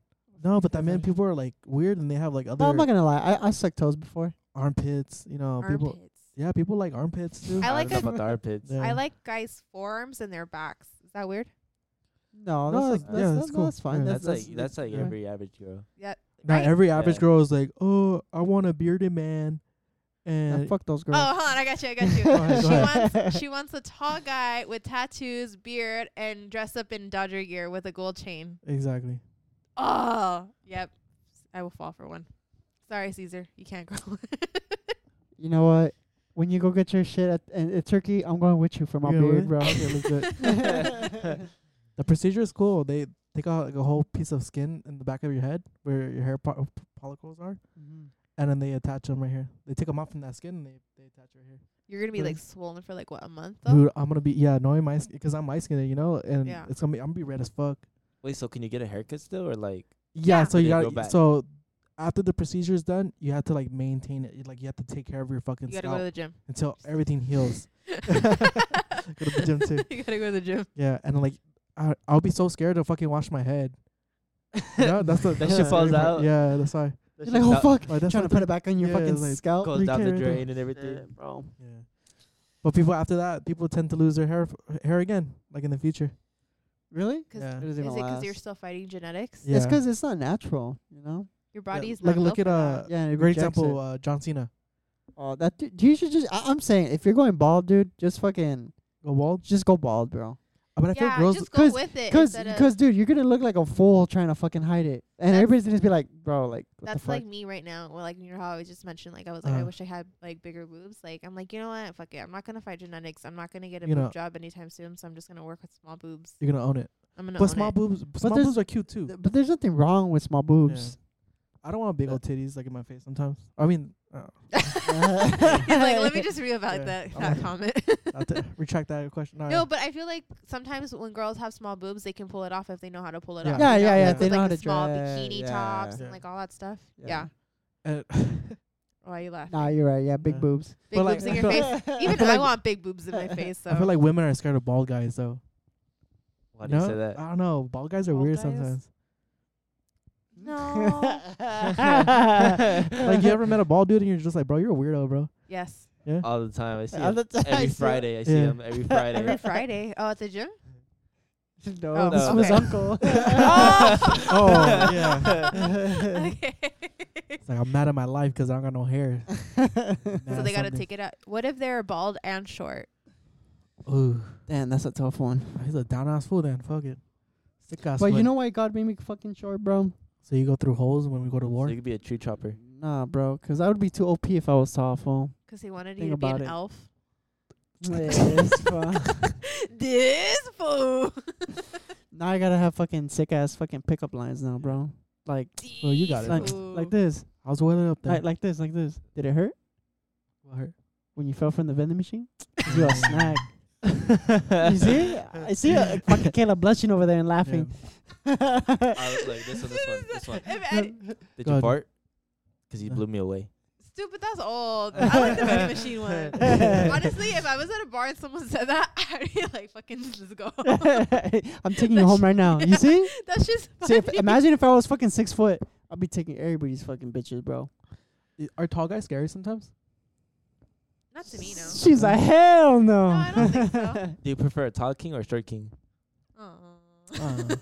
[SPEAKER 1] No, but that man,
[SPEAKER 2] Fetish.
[SPEAKER 1] people are like weird, and they have like other
[SPEAKER 4] Oh
[SPEAKER 2] No, I'm not gonna lie. I, I sucked toes before.
[SPEAKER 1] armpits. You know, people.
[SPEAKER 4] Armpits.
[SPEAKER 1] Yeah, people like armpits too.
[SPEAKER 4] I like
[SPEAKER 3] don't
[SPEAKER 4] a-
[SPEAKER 3] know about the armpits.
[SPEAKER 1] Yeah.
[SPEAKER 4] I like guys' forearms and their backs. Is that weird?
[SPEAKER 2] No,
[SPEAKER 1] No,
[SPEAKER 2] that's,
[SPEAKER 1] that's-
[SPEAKER 2] that's,
[SPEAKER 1] yeah,
[SPEAKER 2] that's,
[SPEAKER 1] that's
[SPEAKER 2] no,
[SPEAKER 1] cool.
[SPEAKER 2] that's fine.
[SPEAKER 1] Yeah.
[SPEAKER 3] That's,
[SPEAKER 2] that's
[SPEAKER 3] like that's like
[SPEAKER 2] yeah.
[SPEAKER 3] every average girl.
[SPEAKER 4] Yeah.
[SPEAKER 1] Not
[SPEAKER 4] right?
[SPEAKER 1] every average
[SPEAKER 3] Yeah.
[SPEAKER 1] girl is like, "Oh, I want a bearded man,"
[SPEAKER 2] Nah,
[SPEAKER 1] and
[SPEAKER 2] fuck those
[SPEAKER 4] Oh,
[SPEAKER 2] girls.
[SPEAKER 4] hold on. I got you. I got you.
[SPEAKER 1] Go ahead,
[SPEAKER 4] she
[SPEAKER 1] go ahead.
[SPEAKER 4] wants she wants a tall guy with tattoos, beard, and dressed up in Dodger gear with a gold chain.
[SPEAKER 1] exactly.
[SPEAKER 4] Oh, yep. I will fall for one. Sorry, Caesar. You can't go.
[SPEAKER 2] You know what? When you go get your shit at, and at Turkey, I'm going with you for my
[SPEAKER 1] Yeah,
[SPEAKER 2] beard,
[SPEAKER 1] what?
[SPEAKER 2] bro.
[SPEAKER 1] Yeah, legit.
[SPEAKER 2] yeah,
[SPEAKER 1] The procedure is cool. They take out like a whole piece of skin in the back of your head where your hair po- follicles are,
[SPEAKER 2] Mm-hmm.
[SPEAKER 1] and then they attach them right here. They take 'em off from that skin and they they attach right here.
[SPEAKER 4] You're gonna be like
[SPEAKER 1] Mm.
[SPEAKER 4] swollen for like what a month though.
[SPEAKER 1] Dude, I'm gonna be yeah annoying my because I'm light skinned, you know, and
[SPEAKER 4] Yeah.
[SPEAKER 1] it's gonna be I'm gonna be red as fuck.
[SPEAKER 3] Wait, so can you get a haircut still or like?
[SPEAKER 1] Yeah,
[SPEAKER 4] Yeah.
[SPEAKER 1] so
[SPEAKER 3] They
[SPEAKER 1] you
[SPEAKER 3] grow
[SPEAKER 1] got to
[SPEAKER 3] back.
[SPEAKER 1] so after the procedure is done, you have to like maintain it. You, Like you have to take care of your fucking
[SPEAKER 4] You gotta
[SPEAKER 1] scalp
[SPEAKER 4] go to the gym.
[SPEAKER 1] until everything heals.
[SPEAKER 4] go
[SPEAKER 1] to the gym, too.
[SPEAKER 4] you gotta go to the gym.
[SPEAKER 1] Yeah, and like I I'll be so scared to fucking wash my head. You know, that's the
[SPEAKER 3] That
[SPEAKER 1] that's
[SPEAKER 3] shit
[SPEAKER 1] the
[SPEAKER 3] falls
[SPEAKER 1] scary part.
[SPEAKER 3] out.
[SPEAKER 1] Yeah, that's why.
[SPEAKER 2] You're like, oh fuck,
[SPEAKER 1] Like, that's
[SPEAKER 2] trying to
[SPEAKER 1] what
[SPEAKER 2] put it back on your
[SPEAKER 1] Yeah,
[SPEAKER 2] fucking
[SPEAKER 1] like,
[SPEAKER 2] scalp.
[SPEAKER 3] goes down the
[SPEAKER 1] Recurrent.
[SPEAKER 3] drain and everything.
[SPEAKER 2] Yeah, bro.
[SPEAKER 1] Yeah. But people after that, people tend to lose their hair f- hair again, like in the future.
[SPEAKER 2] Really?
[SPEAKER 4] Cause
[SPEAKER 1] Yeah.
[SPEAKER 2] It
[SPEAKER 4] is
[SPEAKER 2] doesn't
[SPEAKER 4] it
[SPEAKER 2] even
[SPEAKER 4] because
[SPEAKER 2] last.
[SPEAKER 4] you're still fighting genetics?
[SPEAKER 1] Yeah.
[SPEAKER 2] It's 'cause it's not natural, you know.
[SPEAKER 4] Your body's
[SPEAKER 1] like
[SPEAKER 4] not
[SPEAKER 1] look
[SPEAKER 4] built
[SPEAKER 1] at
[SPEAKER 4] for
[SPEAKER 1] uh
[SPEAKER 4] that.
[SPEAKER 2] Yeah, and it
[SPEAKER 1] great
[SPEAKER 2] rejects
[SPEAKER 1] example
[SPEAKER 2] It.
[SPEAKER 1] uh John Cena.
[SPEAKER 2] Oh, that dude, you should just. I, I'm saying, if you're going bald, dude, just fucking,
[SPEAKER 1] Go bald.
[SPEAKER 2] just go bald, bro.
[SPEAKER 1] Uh, But I
[SPEAKER 4] yeah,
[SPEAKER 1] feel girls
[SPEAKER 4] just go
[SPEAKER 2] 'cause-
[SPEAKER 4] with it.
[SPEAKER 2] Cause,
[SPEAKER 4] instead of-
[SPEAKER 2] cause, dude, you're gonna look like a fool trying to fucking hide it, and
[SPEAKER 4] That's-
[SPEAKER 2] everybody's gonna just be like, bro, like, what the
[SPEAKER 4] That's
[SPEAKER 2] fuck?
[SPEAKER 4] like me right now. Well, like you know how I was just mentioned, like I was like, I
[SPEAKER 1] Uh-huh.
[SPEAKER 4] wish I had like bigger boobs. Like I'm like, you know what? Fuck it. I'm not gonna fight genetics. I'm not gonna get a
[SPEAKER 1] You
[SPEAKER 4] boob
[SPEAKER 1] know-
[SPEAKER 4] job anytime soon. So I'm just gonna work with small boobs.
[SPEAKER 1] you're gonna own it.
[SPEAKER 4] I'm gonna.
[SPEAKER 1] but
[SPEAKER 4] own
[SPEAKER 1] small
[SPEAKER 4] it.
[SPEAKER 1] boobs, small
[SPEAKER 2] there's-
[SPEAKER 1] boobs are cute too.
[SPEAKER 2] Th- but there's nothing wrong with small boobs.
[SPEAKER 1] I don't want big old titties like in my face sometimes. I mean, uh,
[SPEAKER 4] He's like, let me just
[SPEAKER 1] Yeah,
[SPEAKER 4] reevaluate that,
[SPEAKER 1] I'm
[SPEAKER 4] that
[SPEAKER 1] like-
[SPEAKER 4] comment.
[SPEAKER 1] not to retract that question. No,
[SPEAKER 4] no, but I feel like sometimes when girls have small boobs, they can pull it off if they know how to pull it
[SPEAKER 1] Yeah.
[SPEAKER 4] off.
[SPEAKER 1] Yeah,
[SPEAKER 4] you
[SPEAKER 1] yeah, yeah,
[SPEAKER 4] like
[SPEAKER 1] they
[SPEAKER 4] with,
[SPEAKER 2] know
[SPEAKER 4] like
[SPEAKER 2] how
[SPEAKER 4] the
[SPEAKER 2] to
[SPEAKER 4] small
[SPEAKER 2] dress,
[SPEAKER 4] bikini
[SPEAKER 2] yeah.
[SPEAKER 4] tops
[SPEAKER 1] Yeah.
[SPEAKER 4] and like all that stuff.
[SPEAKER 2] Yeah.
[SPEAKER 4] Yeah.
[SPEAKER 1] uh,
[SPEAKER 4] Why are you laughing?
[SPEAKER 2] Nah, you're right. Yeah, big
[SPEAKER 1] Yeah.
[SPEAKER 2] boobs.
[SPEAKER 4] big
[SPEAKER 1] but, like,
[SPEAKER 4] boobs
[SPEAKER 1] I
[SPEAKER 4] in
[SPEAKER 1] feel
[SPEAKER 4] your
[SPEAKER 1] like-
[SPEAKER 4] face. Even
[SPEAKER 1] feel
[SPEAKER 4] I
[SPEAKER 1] like-
[SPEAKER 4] want big boobs in my face. So
[SPEAKER 1] I feel like women are scared of bald guys though.
[SPEAKER 3] Why do
[SPEAKER 1] no?
[SPEAKER 3] you say that?
[SPEAKER 1] I don't know. Bald guys are
[SPEAKER 4] Bald
[SPEAKER 1] weird
[SPEAKER 4] guys?
[SPEAKER 1] sometimes.
[SPEAKER 4] no.
[SPEAKER 1] Like you ever met a bald dude and you're just like, bro, you're a weirdo, bro.
[SPEAKER 4] yes.
[SPEAKER 3] All the time. I see
[SPEAKER 2] All
[SPEAKER 3] him
[SPEAKER 2] the time I
[SPEAKER 3] every
[SPEAKER 2] see
[SPEAKER 3] Friday. I see
[SPEAKER 1] Yeah.
[SPEAKER 3] him every Friday.
[SPEAKER 4] Every Friday. Oh, at the gym.
[SPEAKER 2] no,
[SPEAKER 4] Oh,
[SPEAKER 2] this was
[SPEAKER 4] okay.
[SPEAKER 2] uncle.
[SPEAKER 4] oh.
[SPEAKER 1] oh yeah.
[SPEAKER 4] okay.
[SPEAKER 1] It's like I'm mad at my life 'cause I don't got no hair.
[SPEAKER 4] so
[SPEAKER 1] Nah,
[SPEAKER 4] they gotta
[SPEAKER 1] something.
[SPEAKER 4] take it out. What if they're bald and short?
[SPEAKER 1] Ooh,
[SPEAKER 2] Damn, that's a tough one.
[SPEAKER 1] he's a down ass fool. Then fuck it. Sick ass.
[SPEAKER 2] But you
[SPEAKER 1] fool.
[SPEAKER 2] know why God made me fucking short, bro?
[SPEAKER 1] so you go through holes when we go to
[SPEAKER 3] So
[SPEAKER 1] war.
[SPEAKER 3] you could be a tree chopper.
[SPEAKER 2] Nah, bro, 'cause I would be too OP if I was tall, fool.
[SPEAKER 4] Because he wanted
[SPEAKER 2] Think
[SPEAKER 4] you to be
[SPEAKER 2] about
[SPEAKER 4] an
[SPEAKER 2] it.
[SPEAKER 4] elf.
[SPEAKER 2] Yes, fool.
[SPEAKER 4] This fool.
[SPEAKER 2] now I gotta have fucking sick ass fucking pickup lines now, bro. Like,
[SPEAKER 1] Well, you got it.
[SPEAKER 2] like,
[SPEAKER 4] Ooh.
[SPEAKER 2] like this,
[SPEAKER 1] How's the weather up there?
[SPEAKER 2] like, like this, like this. Did it hurt
[SPEAKER 1] What?
[SPEAKER 2] when you fell from the vending machine? You a snack. You see? I see a fucking Caleb blushing over there and laughing.
[SPEAKER 3] I was like, this one, this one, this one.
[SPEAKER 4] If Ed-
[SPEAKER 3] Did
[SPEAKER 1] Go
[SPEAKER 3] you
[SPEAKER 1] ahead.
[SPEAKER 3] fart? 'Cause you
[SPEAKER 1] No.
[SPEAKER 3] blew me away.
[SPEAKER 4] Stupid, that's old. I like the vending machine one. Honestly, if I was at a bar and someone said that, I'd be like, fucking, let's go.
[SPEAKER 2] I'm taking you home right now. You see?
[SPEAKER 4] That's just
[SPEAKER 2] See, if,
[SPEAKER 4] funny.
[SPEAKER 2] imagine if I was fucking six foot. I'd be taking everybody's fucking bitches, bro.
[SPEAKER 1] I- Are tall guys scary sometimes?
[SPEAKER 4] Not to me, no.
[SPEAKER 2] She's like, hell no.
[SPEAKER 4] No, I don't think so.
[SPEAKER 3] Do you prefer a tall king or a short king?
[SPEAKER 4] Aw.
[SPEAKER 1] I don't know.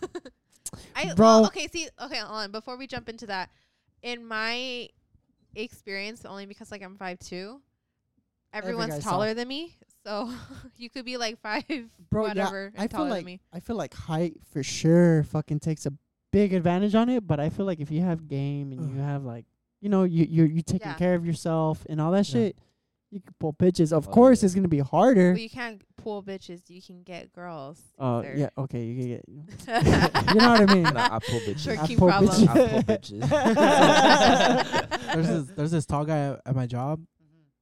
[SPEAKER 4] I
[SPEAKER 2] Bro.
[SPEAKER 4] Well, okay, see, okay, hold on. Before we jump into that, in my experience, only because like I'm five two, everyone's
[SPEAKER 2] guy's tall.
[SPEAKER 4] taller than me. So you could be like five,
[SPEAKER 2] Bro, yeah,
[SPEAKER 4] whatever,
[SPEAKER 2] I
[SPEAKER 4] and
[SPEAKER 2] feel
[SPEAKER 4] taller
[SPEAKER 2] like
[SPEAKER 4] than me.
[SPEAKER 2] I feel like height for sure fucking takes a big advantage on it. But I feel like if you have game and you have like, you know, you you you taking
[SPEAKER 4] Yeah.
[SPEAKER 2] care of yourself and all that
[SPEAKER 1] Yeah.
[SPEAKER 2] shit, You can pull bitches. Of
[SPEAKER 3] Oh,
[SPEAKER 2] course,
[SPEAKER 3] yeah.
[SPEAKER 2] it's gonna be harder.
[SPEAKER 4] Well, you can't pull bitches. You can get girls.
[SPEAKER 2] Oh
[SPEAKER 4] sir.
[SPEAKER 2] yeah, okay, you can get. You know what I mean?
[SPEAKER 3] Nah, I pull bitches.
[SPEAKER 4] Sure.
[SPEAKER 2] I
[SPEAKER 4] Working
[SPEAKER 2] pull
[SPEAKER 4] problem.
[SPEAKER 2] bitches.
[SPEAKER 3] I pull bitches.
[SPEAKER 1] there's this there's this tall guy at, at my job.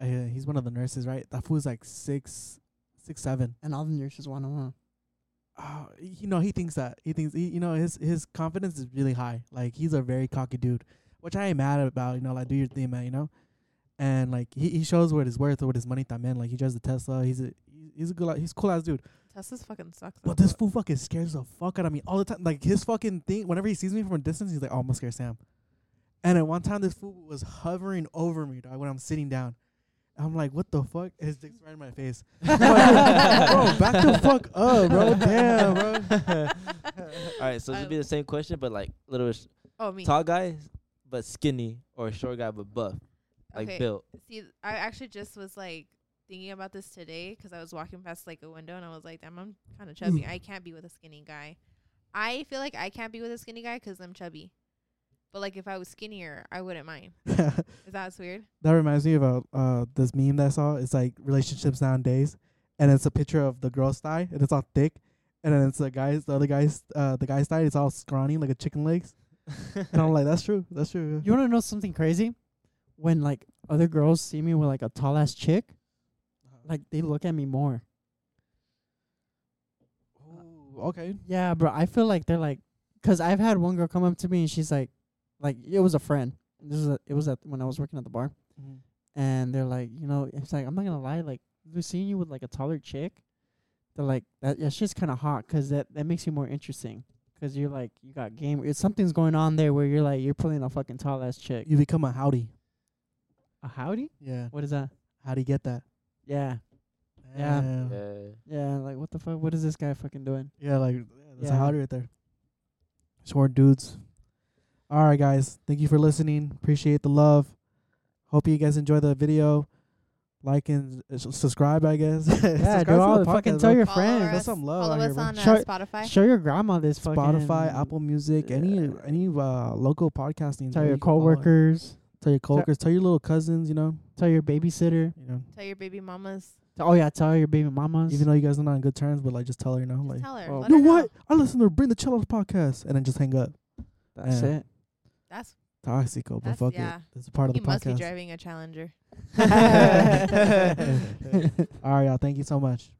[SPEAKER 1] Uh, he's one of the nurses, right? That fool's like six, six seven.
[SPEAKER 2] and all the nurses want them.
[SPEAKER 1] Oh, you know, he thinks that he thinks he, you know his his confidence is really high. Like he's a very cocky dude, which I ain't mad about. You know, like do your thing, man. You know, and like he, he shows what his worth or what his money that man. Like he drives a Tesla. He's a he's a good he's a cool ass dude.
[SPEAKER 4] Tesla's fucking sucks.
[SPEAKER 1] But this fool fucking scares the fuck out of me all the time. Like his fucking thing, whenever he sees me from a distance, he's like, oh, I'm gonna scare Sam. And at one time, this fool was hovering over me dog, when I'm sitting down. I'm like, what the fuck? And His dick's right in my face. I'm like, bro, back the fuck up, bro. Damn, bro.
[SPEAKER 3] All right, so this would be the same question, but like little sh-
[SPEAKER 4] Um, oh me.
[SPEAKER 3] tall guy, but skinny, or short guy but buff, like
[SPEAKER 4] Okay.
[SPEAKER 3] built.
[SPEAKER 4] See, I actually just was like thinking about this today 'cause I was walking past like a window and I was like, damn, I'm kind of chubby. I can't be with a skinny guy. I feel like I can't be with a skinny guy 'cause I'm chubby. But like if I was skinnier, I wouldn't mind.
[SPEAKER 1] that
[SPEAKER 4] Is that weird?
[SPEAKER 1] reminds me of a, uh, this meme that I saw. It's like relationships nowadays, and it's a picture of the girl's thigh, and it's all thick, and then it's the guy's, the other guy's, uh, the guy's thigh. It's all scrawny, like a chicken legs. And I'm like, that's true. That's true.
[SPEAKER 2] You want to know something crazy? When like other girls see me with like a tall ass chick, like they look at me more.
[SPEAKER 1] Ooh, okay.
[SPEAKER 2] Yeah, bro. I feel like they're like, cause I've had one girl come up to me and she's like, like it was a friend. This is a, it was at when I was working at the bar, and they're like, you know, it's like I'm not gonna lie, like we've seen you with like a taller chick. They're like that. That's just kind of hot, cause that that makes you more interesting, cause you're like you got game. It's something's going on there where you're like you're pulling a fucking tall ass chick.
[SPEAKER 1] You become a howdy.
[SPEAKER 2] A howdy?
[SPEAKER 1] Yeah.
[SPEAKER 2] What is that?
[SPEAKER 1] How do you get that?
[SPEAKER 2] Yeah, Yeah.
[SPEAKER 1] Damn. Yeah.
[SPEAKER 3] yeah.
[SPEAKER 2] yeah. Like what the fuck? What is this guy fucking doing?
[SPEAKER 1] like yeah, that's a
[SPEAKER 2] Yeah.
[SPEAKER 1] howdy right there. Short dudes. All right, guys. Thank you for listening. Appreciate the love. Hope you guys enjoy the video. Like and s- subscribe, I guess.
[SPEAKER 2] Yeah,
[SPEAKER 1] Subscribe
[SPEAKER 2] do
[SPEAKER 1] to
[SPEAKER 2] all
[SPEAKER 1] the
[SPEAKER 2] the fucking
[SPEAKER 1] podcast,
[SPEAKER 2] tell
[SPEAKER 1] bro.
[SPEAKER 2] your
[SPEAKER 4] Follow
[SPEAKER 1] Show
[SPEAKER 4] us.
[SPEAKER 2] friends.
[SPEAKER 1] some love
[SPEAKER 4] Follow
[SPEAKER 1] out here,
[SPEAKER 4] us
[SPEAKER 1] bro.
[SPEAKER 4] on uh,
[SPEAKER 2] Sure.
[SPEAKER 4] Spotify.
[SPEAKER 2] Show your grandma this fucking
[SPEAKER 1] Spotify, Apple Music, any
[SPEAKER 2] Yeah.
[SPEAKER 1] any uh, local podcasting. bro,
[SPEAKER 2] Tell your
[SPEAKER 1] you can follow it.
[SPEAKER 2] coworkers.
[SPEAKER 1] Tell your coworkers. Tell your little cousins. You know.
[SPEAKER 2] Tell your babysitter.
[SPEAKER 1] You know.
[SPEAKER 4] Tell your baby mamas.
[SPEAKER 2] T- Oh yeah, tell your baby mamas.
[SPEAKER 1] Even though you guys are not on good terms, but like just tell her. You know,
[SPEAKER 4] Just
[SPEAKER 1] like
[SPEAKER 4] tell her.
[SPEAKER 2] oh,
[SPEAKER 4] Let
[SPEAKER 1] You
[SPEAKER 4] her
[SPEAKER 1] know
[SPEAKER 4] know.
[SPEAKER 1] what? I listen to Bring the Chill Out podcast and then just hang up.
[SPEAKER 2] That's
[SPEAKER 1] Yeah.
[SPEAKER 2] it.
[SPEAKER 4] That's
[SPEAKER 1] Toxico, but
[SPEAKER 4] That's-
[SPEAKER 1] fuck
[SPEAKER 4] yeah.
[SPEAKER 1] it. It's a part of
[SPEAKER 4] he
[SPEAKER 1] the
[SPEAKER 4] must be
[SPEAKER 1] podcast.
[SPEAKER 4] driving a Challenger.
[SPEAKER 1] All right, y'all. Thank you so much.